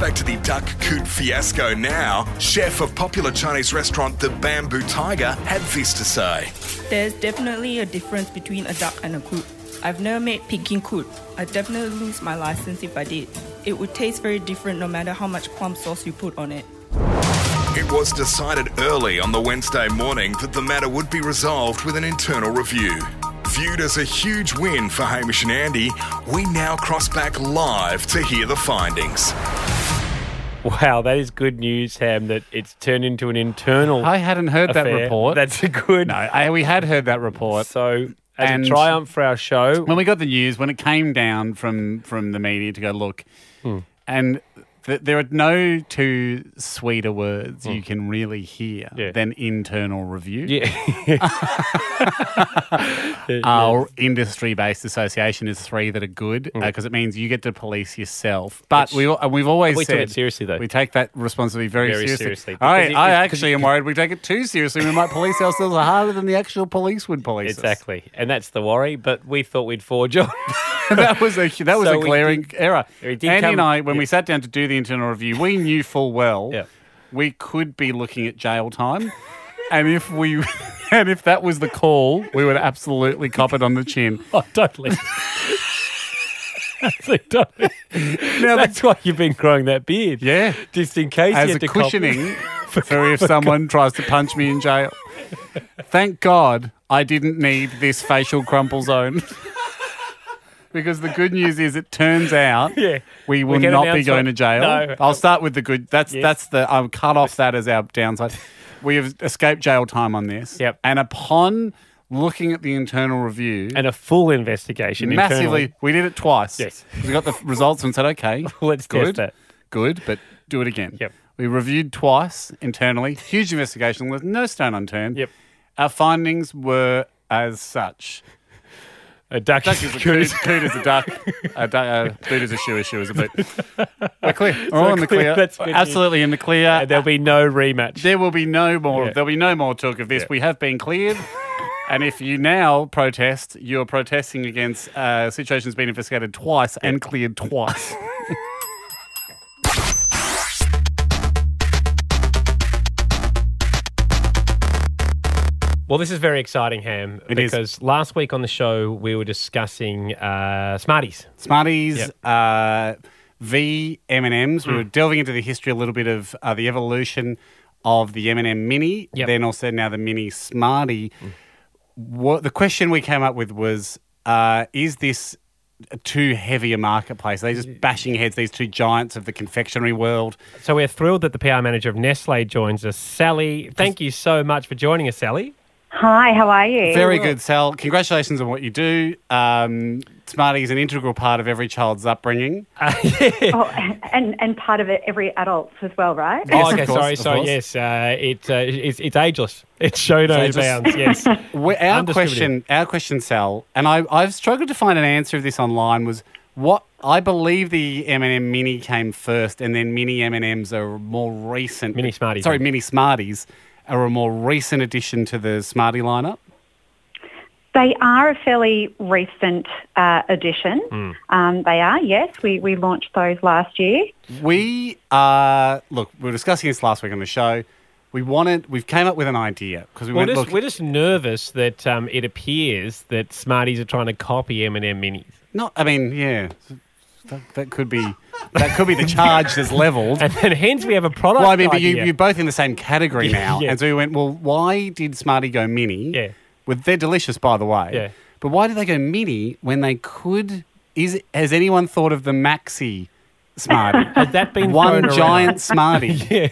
Speaker 9: Back to the duck coot fiasco now. Chef of popular Chinese restaurant The Bamboo Tiger had this to say.
Speaker 14: There's definitely a difference between a duck and a coot. I've never made Peking coot. I'd definitely lose my license if I did. It would taste very different no matter how much plum sauce you put on it.
Speaker 9: It was decided early on the Wednesday morning that the matter would be resolved with an internal review. Viewed as a huge win for Hamish and Andy, we now cross back live to hear the findings.
Speaker 3: Wow, that is good news, Ham, that it's turned into an internal.
Speaker 4: I hadn't heard that
Speaker 3: affair.
Speaker 4: report.
Speaker 3: That's a good.
Speaker 4: No, I, we had heard that report.
Speaker 3: So, as a triumph for our (laughs) show.
Speaker 4: When we got the news, when it came down from, from the media to go, look,
Speaker 3: Hmm.
Speaker 4: and th- there are no two sweeter words
Speaker 3: Hmm.
Speaker 4: you can really hear than internal review. (laughs)
Speaker 3: (laughs)
Speaker 4: Our industry based association is three that are good
Speaker 3: Hmm.
Speaker 4: because it means you get to police yourself. But
Speaker 3: It's-
Speaker 4: we, al- and we've always
Speaker 3: We
Speaker 4: said
Speaker 3: took it seriously, though.
Speaker 4: We take that responsibility very,
Speaker 3: Very seriously,
Speaker 4: seriously.
Speaker 3: because
Speaker 4: I,
Speaker 3: it-
Speaker 4: I
Speaker 3: it- 'cause
Speaker 4: actually am worried we take it too seriously. We might police ourselves harder than the actual police would police us.
Speaker 3: Exactly. And that's the worry, but we thought we'd forge on. (laughs)
Speaker 4: (laughs) that was a that was
Speaker 3: So
Speaker 4: a
Speaker 3: we
Speaker 4: glaring
Speaker 3: did-
Speaker 4: error.
Speaker 3: we
Speaker 4: Andy
Speaker 3: did come-
Speaker 4: and I, when
Speaker 3: yeah.
Speaker 4: we sat down to do the internal review, we knew full well we could be looking at jail time, and if we (laughs) and if that was the call, we would absolutely cop it on the
Speaker 3: (laughs)
Speaker 4: chin.
Speaker 3: oh, totally. totally.
Speaker 4: Now the-
Speaker 3: that's why you've been growing that beard.
Speaker 4: Yeah,
Speaker 3: Just in case you
Speaker 4: as
Speaker 3: had
Speaker 4: a
Speaker 3: to cop- (laughs)
Speaker 4: cushioning for if someone tries to punch me in jail. Thank God I didn't need this facial crumple zone. (laughs) Because the good news is, it turns out
Speaker 3: Yeah.
Speaker 4: we will
Speaker 3: can
Speaker 4: not be
Speaker 3: announce
Speaker 4: going to
Speaker 3: what-
Speaker 4: jail.
Speaker 3: No.
Speaker 4: I'll start with the good. That's
Speaker 3: Yes.
Speaker 4: that's the I'll cut off that as our downside. We have escaped jail time on this.
Speaker 3: Yep.
Speaker 4: And upon looking at the internal review,
Speaker 3: And a full investigation.
Speaker 4: massively,
Speaker 3: internally.
Speaker 4: we did it twice.
Speaker 3: Yes.
Speaker 4: we got the results and said,
Speaker 3: (laughs)
Speaker 4: okay,
Speaker 3: Let's test
Speaker 4: good,
Speaker 3: that.
Speaker 4: good, but do it again.
Speaker 3: Yep.
Speaker 4: We reviewed twice internally. Huge investigation with no stone unturned.
Speaker 3: Yep.
Speaker 4: Our findings were as such.
Speaker 3: A duck,
Speaker 4: Duck
Speaker 3: (laughs)
Speaker 4: is a coot, coot is a duck, a duck, a boot is a shoe, a shoe is a
Speaker 3: (laughs)
Speaker 4: boot. We're clear. We're all in the clear.
Speaker 3: clear. That's good news.
Speaker 4: Absolutely in the clear. Uh,
Speaker 3: And there'll be no rematch.
Speaker 4: There will be no more.
Speaker 3: Yeah.
Speaker 4: There'll be no more talk of this. We have been cleared. and if you now protest, you're protesting against uh, situations being investigated twice and cleared twice.
Speaker 3: Well, this is very exciting, Ham,
Speaker 4: It is.
Speaker 3: because last week on the show we were discussing uh, Smarties.
Speaker 4: Smarties,
Speaker 3: Yep. Hmm.
Speaker 4: uh, V M and M's. We were delving into the history a little bit of uh, the evolution of the M and m Mini,
Speaker 3: Yep. Hmm.
Speaker 4: then also now the Mini Smartie. What the question we came up with was: uh, Is this too heavy a marketplace? Are they just bashing heads. These two giants of the confectionery world.
Speaker 3: So we're thrilled that the PR manager of Nestle joins us, Sally. Thank you so much for joining us, Sally.
Speaker 7: (laughs) Hi, how are you?
Speaker 4: Very good, Sal. Congratulations on what you do. Um, Smartie is an integral part of every child's upbringing.
Speaker 7: Oh, and and part of it, every adult as well, right?
Speaker 4: Yes,
Speaker 3: oh,
Speaker 4: of
Speaker 3: okay.
Speaker 4: course,
Speaker 3: sorry,
Speaker 4: of
Speaker 3: sorry.
Speaker 4: course.
Speaker 3: Yes, uh, it, uh, it's it's ageless. (laughs) It's show no
Speaker 4: It's ageless.
Speaker 3: bounds. Yes. (laughs)
Speaker 4: We- our
Speaker 3: Undistributed.
Speaker 4: question, our question, Sal, and I, I've struggled to find an answer of this online. Was what I believe the M and m Mini came first, and then Mini M and M's are more recent.
Speaker 3: Mini Smarties.
Speaker 4: sorry, Mini Smarties are a more recent addition to the Smartie lineup.
Speaker 7: They are a fairly recent uh, addition.
Speaker 4: Hmm.
Speaker 7: Um, they are, yes. We, we launched those last year.
Speaker 4: We are look. We were discussing this last week on the show. We wanted. We've came up with an idea because we
Speaker 3: We're
Speaker 4: went.
Speaker 3: just,
Speaker 4: look,
Speaker 3: we're just nervous that um, it appears that Smarties are trying to copy M&M Minis. (laughs)
Speaker 4: Not, I mean, yeah, that, that could be That could be the charge that's leveled.
Speaker 3: (laughs) and, hence we have a product.
Speaker 4: Well, I mean, but you,
Speaker 3: idea.
Speaker 4: you're both in the same category
Speaker 3: Yeah,
Speaker 4: now.
Speaker 3: yeah.
Speaker 4: And so we went, well, why did Smarty go mini?
Speaker 3: Yeah.
Speaker 4: With, they're delicious, by the way.
Speaker 3: Yeah.
Speaker 4: But why did they go mini when they could? Is Has anyone thought of the maxi
Speaker 3: (laughs)
Speaker 4: Smarty?
Speaker 3: Has that been thrown
Speaker 4: One
Speaker 3: around?
Speaker 4: giant Smarty
Speaker 3: (laughs) yeah.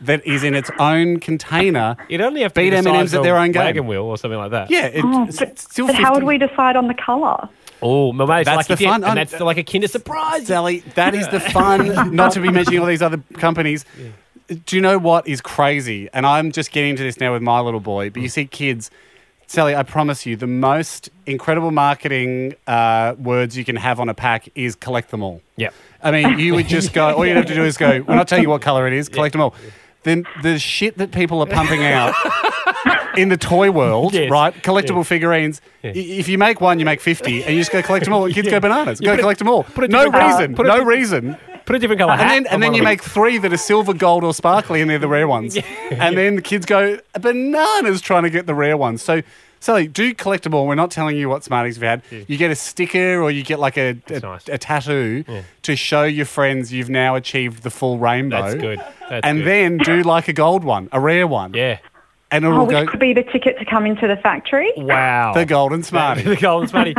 Speaker 4: that is in its own container.
Speaker 3: You'd only have to
Speaker 4: beat
Speaker 3: be the size
Speaker 4: M&M's
Speaker 3: of
Speaker 4: at
Speaker 3: a
Speaker 4: their own
Speaker 3: wagon
Speaker 4: game.
Speaker 3: wheel or something like that.
Speaker 4: Yeah, it-
Speaker 7: Oh,
Speaker 4: it's
Speaker 7: but
Speaker 4: still
Speaker 7: but
Speaker 4: 50.
Speaker 7: how would we decide on the colour?
Speaker 3: Oh, my mate, it's
Speaker 4: That's
Speaker 3: like
Speaker 4: the
Speaker 3: you did,
Speaker 4: fun.
Speaker 3: and
Speaker 4: I'm-
Speaker 3: that's like a Kinder Surprise.
Speaker 4: Sally, that is the fun, not to be mentioning all these other companies. Do you know what is crazy? And I'm just getting into this now with my little boy, but you see kids. Sally, I promise you, the most incredible marketing uh, words you can have on a pack is collect them all.
Speaker 3: Yep.
Speaker 4: I mean, you would just go, all you'd have to do is go, we're not telling you what color it is, collect them all. Then the shit that people are pumping out in the toy world,
Speaker 3: Yes.
Speaker 4: right? Collectible
Speaker 3: Yeah.
Speaker 4: figurines. I- If you make one, you make 50, and you just go collect them all. and Kids
Speaker 3: (laughs) Yeah.
Speaker 4: go bananas.
Speaker 3: You
Speaker 4: Go
Speaker 3: put a-
Speaker 4: collect them all.
Speaker 3: put a
Speaker 4: no
Speaker 3: different colour-
Speaker 4: reason.
Speaker 3: put a
Speaker 4: no
Speaker 3: different-
Speaker 4: reason.
Speaker 3: Put a different colour
Speaker 4: And
Speaker 3: hat Oh
Speaker 4: then,
Speaker 3: on
Speaker 4: and then
Speaker 3: one
Speaker 4: you
Speaker 3: of
Speaker 4: make three that are silver, gold, or sparkly, and they're the rare
Speaker 3: (laughs)
Speaker 4: ones. And then the kids go bananas trying to get the rare ones. So, Sally, do collect them all. We're not telling you what Smarties you've had. You get a sticker or you get like a, a, a tattoo to show your friends you've now achieved the full rainbow.
Speaker 3: That's good. That's
Speaker 4: and
Speaker 3: good.
Speaker 4: then do like a gold one, a rare one.
Speaker 3: Yeah.
Speaker 4: And it'll
Speaker 7: Oh,
Speaker 4: go.
Speaker 7: which could be the ticket to come into the factory.
Speaker 3: Wow.
Speaker 4: (laughs) The golden smarty.
Speaker 3: (laughs) the golden smarty.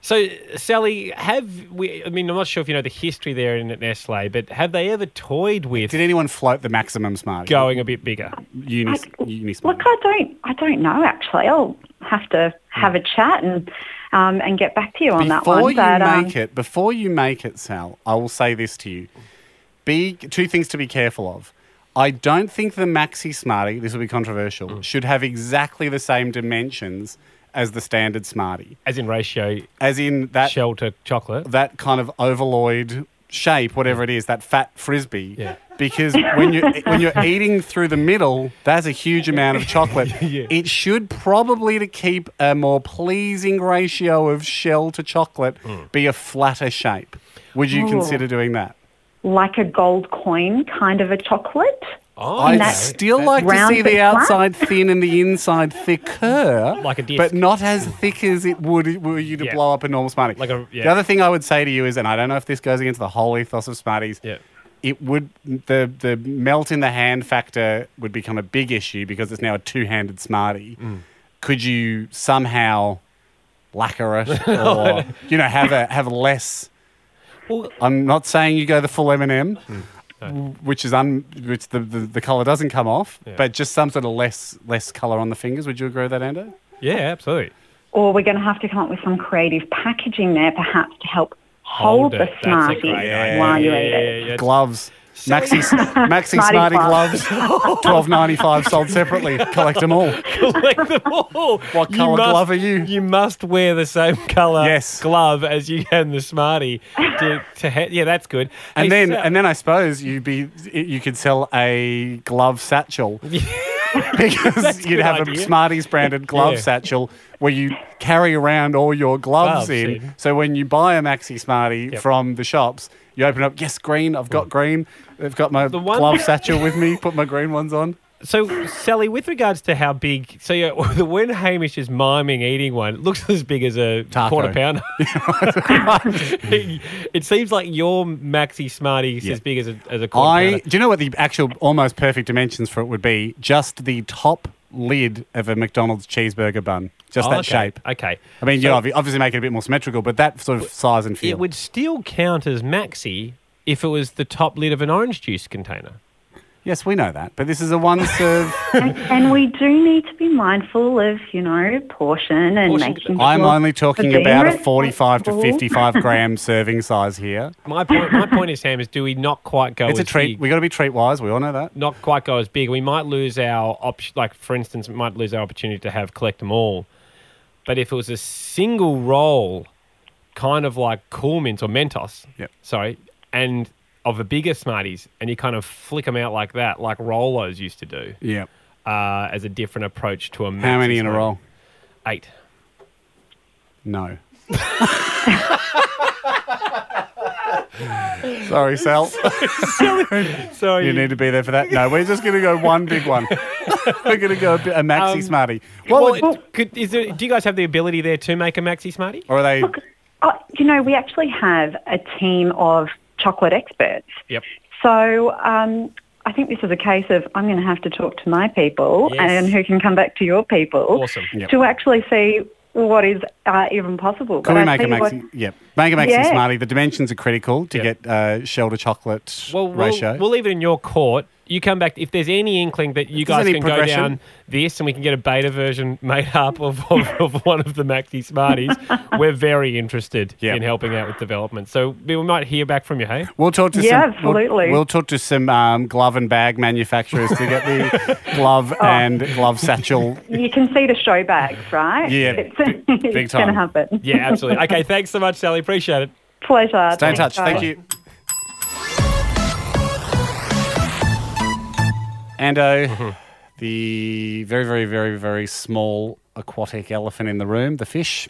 Speaker 3: so, Sally, have we? I mean, I'm not sure if you know the history there in at Nestle, but have they ever toyed with
Speaker 4: Did anyone float the maximum smarty?
Speaker 3: going a bit bigger?
Speaker 4: Uni, uni
Speaker 7: Look, I don't, I don't know actually. I'll have to have a
Speaker 3: Hmm.
Speaker 7: chat and um, and get back to you on that
Speaker 4: before
Speaker 7: one.
Speaker 4: you
Speaker 7: but, um,
Speaker 4: make it, before you make it, Sal, I will say this to you: be two things to be careful of. I don't think the maxi smarty, this will be controversial, should have exactly the same dimensions as the standard smarty,
Speaker 3: as in ratio,
Speaker 4: as in that
Speaker 3: shell to chocolate.
Speaker 4: that kind of ovaloid shape, whatever it is, that fat frisbee.
Speaker 3: Yeah.
Speaker 4: Because when
Speaker 3: (laughs)
Speaker 4: you when you're eating through the middle, that's a huge amount of
Speaker 3: (laughs)
Speaker 4: chocolate. It should probably to keep a more pleasing ratio of shell to chocolate
Speaker 3: Hmm.
Speaker 4: be a flatter shape. Would you
Speaker 7: Ooh.
Speaker 4: consider doing that?
Speaker 7: like a gold coin kind of a chocolate.
Speaker 3: Oh,
Speaker 7: And
Speaker 4: I'd
Speaker 7: that's
Speaker 4: still like to
Speaker 7: round
Speaker 4: see
Speaker 7: but
Speaker 4: the
Speaker 7: flat.
Speaker 4: outside thin and the inside thicker,
Speaker 3: (laughs) Like a disc.
Speaker 4: but not as thick as it would were you to
Speaker 3: Yeah.
Speaker 4: blow up a normal Smartie.
Speaker 3: Like a- yeah.
Speaker 4: The other thing I would say to you is, and I don't know if this goes against the whole ethos of Smarties,
Speaker 3: Yeah.
Speaker 4: it would the the melt in the hand factor would become a big issue because it's now a two handed Smartie.
Speaker 3: Mm.
Speaker 4: Could you somehow lacquer
Speaker 3: (laughs)
Speaker 4: it, or you know have a have less?
Speaker 3: Well-
Speaker 4: I'm not saying you go the full M and
Speaker 3: Mm.
Speaker 4: M which is un which the, the, the color doesn't come off,
Speaker 3: Yeah.
Speaker 4: but just some sort of less less color on the fingers. Would you agree with that, Ando?
Speaker 3: Yeah, absolutely.
Speaker 7: Or we're going to have to come up with some creative packaging there, perhaps, to help hold,
Speaker 3: Hold it.
Speaker 7: the
Speaker 3: That's a
Speaker 7: smartie
Speaker 3: great idea.
Speaker 7: while you
Speaker 3: Yeah,
Speaker 7: eat
Speaker 3: yeah,
Speaker 7: it.
Speaker 3: yeah, yeah. (laughs)
Speaker 4: Gloves, maxi maxi
Speaker 7: Smarty
Speaker 4: smarty gloves,
Speaker 7: gloves.
Speaker 4: twelve ninety five sold separately. Collect them all.
Speaker 3: Collect them all.
Speaker 4: What (laughs)
Speaker 3: You
Speaker 4: colour
Speaker 3: must-
Speaker 4: glove are you?
Speaker 3: You must wear the same colour
Speaker 4: Yes.
Speaker 3: glove as you can the Smartie. To, to ha- yeah, that's good.
Speaker 4: And
Speaker 3: Hey,
Speaker 4: then
Speaker 3: Sal-
Speaker 4: and then I suppose you'd be you could sell a glove
Speaker 3: (laughs)
Speaker 4: satchel. because
Speaker 3: That's a
Speaker 4: you'd
Speaker 3: good
Speaker 4: have a
Speaker 3: idea.
Speaker 4: Smarties branded glove
Speaker 3: Yeah.
Speaker 4: satchel where you carry around all your gloves
Speaker 3: Gloves
Speaker 4: in.
Speaker 3: in.
Speaker 4: So when you buy a Maxi Smartie
Speaker 3: Yep. Mm.
Speaker 4: from the shops, you open up, yes, green, I've got green. I've got my
Speaker 3: one-
Speaker 4: glove satchel with me, put my green ones
Speaker 3: (laughs)
Speaker 4: on.
Speaker 3: So, Sally, with regards to how big, so yeah, (laughs) when Hamish is miming eating one, it looks as big as a
Speaker 4: Taco.
Speaker 3: quarter pounder. it, (laughs) it seems like your maxi smartie is as big as a, as a quarter
Speaker 4: I
Speaker 3: pounder.
Speaker 4: do you know what the actual almost perfect dimensions for it would be? Just the top lid of a McDonald's cheeseburger bun. Just
Speaker 3: Oh,
Speaker 4: that
Speaker 3: okay,
Speaker 4: shape.
Speaker 3: Okay.
Speaker 4: I mean, you
Speaker 3: So-
Speaker 4: know, obvi- obviously make it a bit more symmetrical, but that sort of size and feel.
Speaker 3: It would still count as maxi if it was the top lid of an orange juice container.
Speaker 4: yes, we know that, but this is a one
Speaker 3: (laughs)
Speaker 4: serve.
Speaker 7: And, and we do need to be mindful of, you know, portion and
Speaker 3: Portion.
Speaker 7: making.
Speaker 4: I'm
Speaker 7: sure
Speaker 4: only
Speaker 7: we're
Speaker 4: talking
Speaker 7: being
Speaker 4: about a 45 to
Speaker 3: Oh.
Speaker 7: responsible.
Speaker 3: (laughs)
Speaker 4: 55 gram serving size here.
Speaker 3: My point,
Speaker 4: (laughs)
Speaker 3: my point is, Ham, is do we not quite go
Speaker 4: It's a
Speaker 3: as
Speaker 4: treat.
Speaker 3: big?
Speaker 4: We got to be treat wise. We all know that.
Speaker 3: not quite go as big. We might lose our option. Like for instance, we might lose our opportunity to have collect them all. But if it was a single roll, kind of like Cool Mint or Mentos,
Speaker 4: Yep.
Speaker 3: sorry, and of the bigger Smarties, and you kind of flick them out like that, like Rolos used to do,
Speaker 4: Yeah.
Speaker 3: uh, as a different approach to a.
Speaker 4: How
Speaker 3: maxi
Speaker 4: many in a
Speaker 3: Smartie.
Speaker 4: roll?
Speaker 3: Eight. (laughs)
Speaker 4: No. Sorry, Sal.
Speaker 3: (laughs) Sorry,
Speaker 4: You need to be there for that. No, we're just going to go one big one. (laughs) we're going to go a, bit, a maxi
Speaker 3: Um,
Speaker 4: smarty. What
Speaker 3: Well,
Speaker 4: would-
Speaker 3: it- could, is there, do you guys have the ability there to make a maxi Smartie?
Speaker 7: Uh,
Speaker 4: or are they?
Speaker 7: Oh, you know, we actually have a team of chocolate experts.
Speaker 3: Yep.
Speaker 7: So um, I think this is a case of I'm going to have to talk to my people
Speaker 15: Yes.
Speaker 7: and who can come back to your people
Speaker 4: Awesome. Yep.
Speaker 7: to actually see what is uh, even possible.
Speaker 4: Can
Speaker 7: But
Speaker 4: we
Speaker 7: I
Speaker 4: make
Speaker 7: tell
Speaker 4: it
Speaker 7: you
Speaker 4: make
Speaker 7: what-
Speaker 4: sense? Yep. Make it make
Speaker 7: Yeah.
Speaker 4: sense, Marty. The dimensions are critical to get uh, shell to chocolate
Speaker 3: Well, we'll,
Speaker 4: ratio.
Speaker 3: we'll leave it in your court. You come back if there's any inkling that you
Speaker 4: If there's
Speaker 3: guys
Speaker 4: any
Speaker 3: can go
Speaker 4: progression.
Speaker 3: down this, and we can get a beta version made up of, of, of one of the Maxi
Speaker 4: (laughs)
Speaker 3: Smarties. we're very interested in helping out with development, so we might hear back from you. Hey,
Speaker 4: We'll talk to
Speaker 3: Yeah,
Speaker 4: some, we'll-
Speaker 3: absolutely.
Speaker 4: We'll, talk to some um, glove and bag manufacturers to get
Speaker 7: (laughs)
Speaker 4: the glove
Speaker 7: Oh.
Speaker 4: and glove satchel.
Speaker 7: You can see the show bags, right?
Speaker 4: Yeah,
Speaker 7: It's, (laughs) it's going to happen.
Speaker 3: yeah,
Speaker 4: (laughs)
Speaker 3: absolutely. Okay, thanks so much, Sally. Appreciate it.
Speaker 7: Pleasure.
Speaker 3: Stay in touch. Thank
Speaker 7: guys.
Speaker 3: you. Mm-hmm.
Speaker 4: Ando, the very, very, very, very small aquatic elephant in the room, the fish,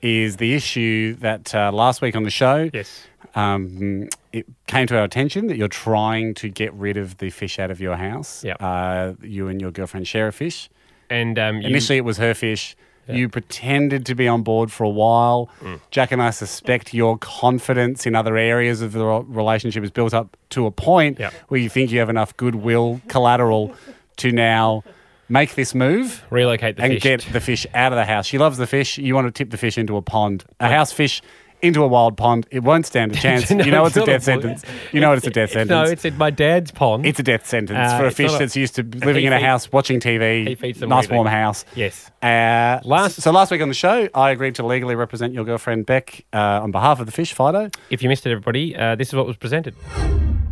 Speaker 4: is the issue that uh, last week on the show.
Speaker 3: Yes.
Speaker 4: Um, it came to our attention that you're trying to get rid of the fish out of your house.
Speaker 3: Yep.
Speaker 4: Uh, you and your girlfriend share a fish.
Speaker 3: And um, you-
Speaker 4: initially, it was her fish. You pretended to be on board for a while. Jack and I suspect your confidence in other areas of the re- relationship is built up to a point where you think you have enough goodwill collateral to now make this move,
Speaker 3: relocate the
Speaker 4: and
Speaker 3: fish. (laughs)
Speaker 4: get the fish out of the house. She loves the fish. You want to tip the fish into a pond, a house fish. Into a wild pond, it won't
Speaker 3: (laughs)
Speaker 4: stand a chance.
Speaker 3: No,
Speaker 4: you know it's a
Speaker 3: not
Speaker 4: death
Speaker 3: a pond.
Speaker 4: sentence. You know
Speaker 3: (laughs)
Speaker 4: it's a death
Speaker 3: It's-
Speaker 4: sentence.
Speaker 3: no, it's in my dad's pond.
Speaker 4: It's a death sentence
Speaker 3: Uh,
Speaker 4: for a
Speaker 3: it's
Speaker 4: fish
Speaker 3: not a-
Speaker 4: that's used to
Speaker 3: He
Speaker 4: living in a
Speaker 3: feeds-
Speaker 4: house, watching TV,
Speaker 3: he feeds them
Speaker 4: nice
Speaker 3: everything.
Speaker 4: warm house.
Speaker 3: Yes.
Speaker 4: Uh, last so last week on the show, I agreed to legally represent your girlfriend Beck uh, on behalf of the fish Fido.
Speaker 3: If you missed it, everybody, uh, this is what was presented.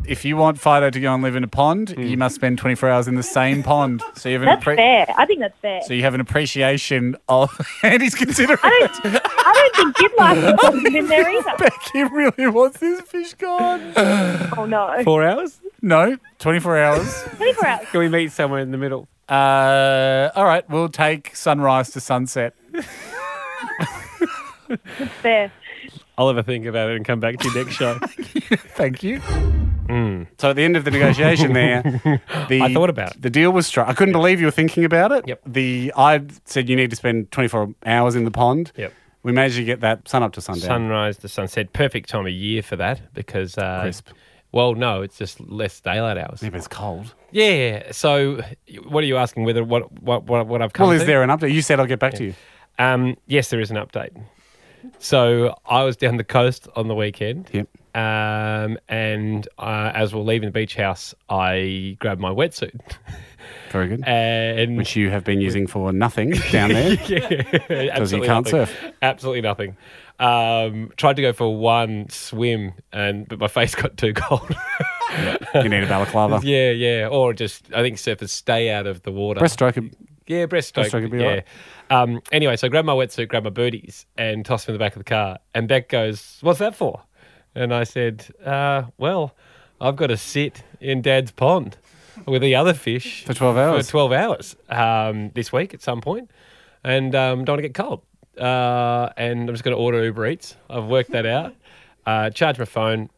Speaker 4: If you want Fido to go and live in a pond,
Speaker 3: Hmm.
Speaker 4: you must spend 24 hours in the same pond. So you have an
Speaker 15: That's
Speaker 4: appre-
Speaker 15: fair. I think that's fair.
Speaker 4: So you have an appreciation of (laughs) Andy's considerate.
Speaker 15: I don't think you'd like to live in there either.
Speaker 4: Becky really wants this fish gone.
Speaker 15: oh no.
Speaker 3: Four hours?
Speaker 4: No, 24 hours.
Speaker 15: 24 hours.
Speaker 3: Can we meet somewhere in the middle?
Speaker 4: Uh, all right, we'll take sunrise to sunset.
Speaker 15: It's fair.
Speaker 3: I'll have a think about it and come back to you next show.
Speaker 4: (laughs) Thank you. So at the end of the negotiation
Speaker 3: (laughs)
Speaker 4: there, the,
Speaker 3: I thought about it.
Speaker 4: The deal was struck. I couldn't believe you were thinking about it. Yep. The I said you need to spend 24 hours in the pond.
Speaker 3: Yep.
Speaker 4: We managed to get that sun up to sundown.
Speaker 3: Sunrise to sunset. Perfect time of year for that because. Uh,
Speaker 4: Crisp.
Speaker 3: Well, no, it's just less daylight hours.
Speaker 4: Yeah, but it's cold.
Speaker 3: Yeah, yeah. So, what are you asking? Whether what what what, what I've come?
Speaker 4: Well, is
Speaker 3: to?
Speaker 4: there an update? You said I'll get back to you.
Speaker 3: Um, yes, there is an update. So I was down the coast on the weekend.
Speaker 4: Yep.
Speaker 3: Um, and uh, as we're leaving the beach house, I grabbed my wetsuit.
Speaker 4: Very good.
Speaker 3: And
Speaker 4: Which you have been using for nothing down
Speaker 3: (laughs)
Speaker 4: there.
Speaker 3: Because
Speaker 4: you can't
Speaker 3: nothing.
Speaker 4: surf.
Speaker 3: Absolutely nothing. Um, tried to go for one swim, and but my face got too cold. (laughs)
Speaker 4: You need a balaclava.
Speaker 3: yeah, yeah. Or just, I think surfers stay out of the water.
Speaker 4: Breaststroke. would-
Speaker 3: Yeah, breaststroke.
Speaker 4: Breaststroke would be
Speaker 3: yeah.
Speaker 4: alright.
Speaker 3: Um, anyway, so I grabbed my wetsuit, grabbed my booties, and tossed them in the back of the car. And Beck goes, "What's that for?" And I said, uh, "Well, I've got to sit in Dad's pond with the other fish
Speaker 4: for twelve hours.
Speaker 3: For twelve hours um, this week at some point, and um, don't want to get cold. Uh, and I'm just going to order Uber Eats. I've worked that out. Uh, charge my phone,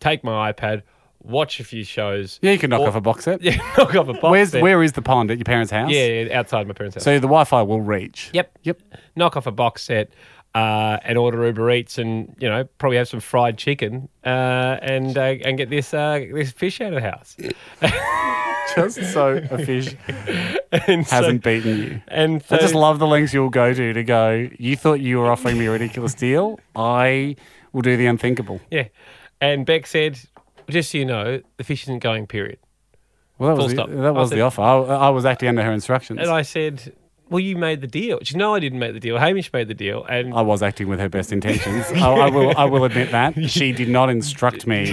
Speaker 3: take my iPad, watch a few shows.
Speaker 4: Yeah, you can knock
Speaker 3: Or-
Speaker 4: off a box set.
Speaker 3: (laughs) Yeah, knock off a box.
Speaker 4: Where's
Speaker 3: set.
Speaker 4: where is the pond at your parents' house?
Speaker 3: Yeah, yeah, outside my parents' house.
Speaker 4: So the Wi-Fi will reach.
Speaker 3: Yep. Yep. Knock off a box set uh, and order Uber Eats, and you know probably have some fried chicken uh, and uh, and get this uh, this fish out of the house.
Speaker 4: (laughs) Just so a fish
Speaker 3: (laughs) And so-
Speaker 4: hasn't beaten you.
Speaker 3: And so,
Speaker 4: I just love the lengths you'll go to to go. You thought you were offering me a ridiculous deal. I will do the unthinkable.
Speaker 3: yeah. And Beck said, just so you know, the fish isn't going. Period.
Speaker 4: Well, that
Speaker 3: Full
Speaker 4: was
Speaker 3: stop.
Speaker 4: the, that was
Speaker 3: I
Speaker 4: the
Speaker 3: said-
Speaker 4: offer. I, I was acting under her instructions.
Speaker 3: And I said, well, you made the deal. She said, no, I didn't make the deal. Hamish made the deal, and
Speaker 4: I was acting with her best intentions. I, I will. I will admit
Speaker 3: (laughs)
Speaker 4: that she did not instruct me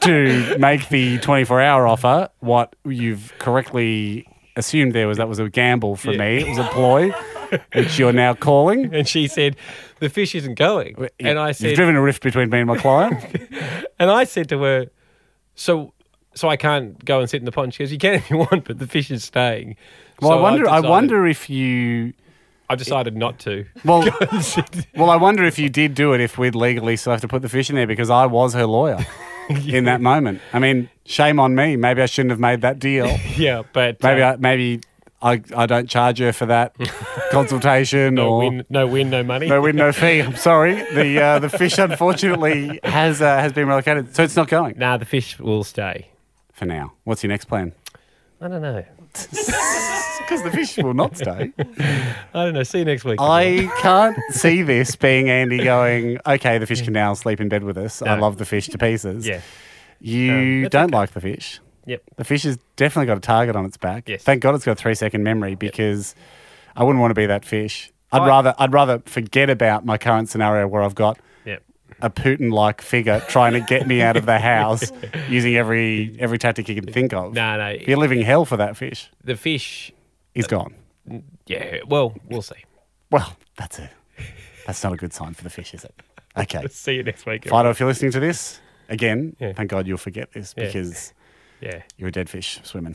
Speaker 4: to make the twenty-four hour offer. What you've correctly assumed there was that was a gamble from me. It was a ploy, which you're now calling.
Speaker 3: and she said, the fish isn't going. And I
Speaker 4: You've
Speaker 3: said,
Speaker 4: driven a rift between me and my
Speaker 3: (laughs)
Speaker 4: client.
Speaker 3: And I said to her, "So, so I can't go and sit in the pond." She goes, "You can if you want, but the fish is staying."
Speaker 4: Well,
Speaker 3: So
Speaker 4: I wonder. I
Speaker 3: Oh, decided-
Speaker 4: wonder if you.
Speaker 3: I've decided not to. (laughs)
Speaker 4: Well, well, I wonder if you did do it if we'd legally still have to put the fish in there because I was her lawyer
Speaker 3: (laughs)
Speaker 4: in that moment. I mean, shame on me. Maybe I shouldn't have made that deal.
Speaker 3: Yeah, but
Speaker 4: Maybe
Speaker 3: uh,
Speaker 4: I, maybe I, I don't charge her for
Speaker 3: (laughs)
Speaker 4: that consultation
Speaker 3: No
Speaker 4: or
Speaker 3: win, no win, no money.
Speaker 4: no win, no fee. I'm sorry. The uh, the fish unfortunately has uh, has been relocated, so it's not going.
Speaker 3: Nah, the fish will stay
Speaker 4: for now. What's your next plan?
Speaker 3: I don't know.
Speaker 4: Because the fish will not stay.
Speaker 3: I don't know. See you next week.
Speaker 4: I can't see this being Andy going. Okay, the fish can now sleep in bed with us. I love the fish to pieces.
Speaker 3: Yeah. Um,
Speaker 4: you
Speaker 3: that's
Speaker 4: don't like the fish.
Speaker 3: Yep.
Speaker 4: The fish has definitely got a target on its back.
Speaker 3: Yes.
Speaker 4: Thank God it's got a three second memory because I wouldn't want to be that fish. I'd
Speaker 3: I-
Speaker 4: rather I'd rather forget about my current scenario where I've got
Speaker 3: Yep.
Speaker 4: a Putin like figure trying to get me out
Speaker 3: (laughs)
Speaker 4: of the house using every every tactic he can think of.
Speaker 3: No, no.
Speaker 4: You're living hell for that fish.
Speaker 3: The fish.
Speaker 4: He's gone.
Speaker 3: Yeah. Well, we'll see.
Speaker 4: Well, that's it. That's not a good sign for the fish, is it? Okay.
Speaker 3: (laughs) see you next week.
Speaker 4: Fido, if you're listening to this, again, thank God you'll forget this
Speaker 3: Yeah.
Speaker 4: because
Speaker 3: Yeah.
Speaker 4: you're a dead fish swimming.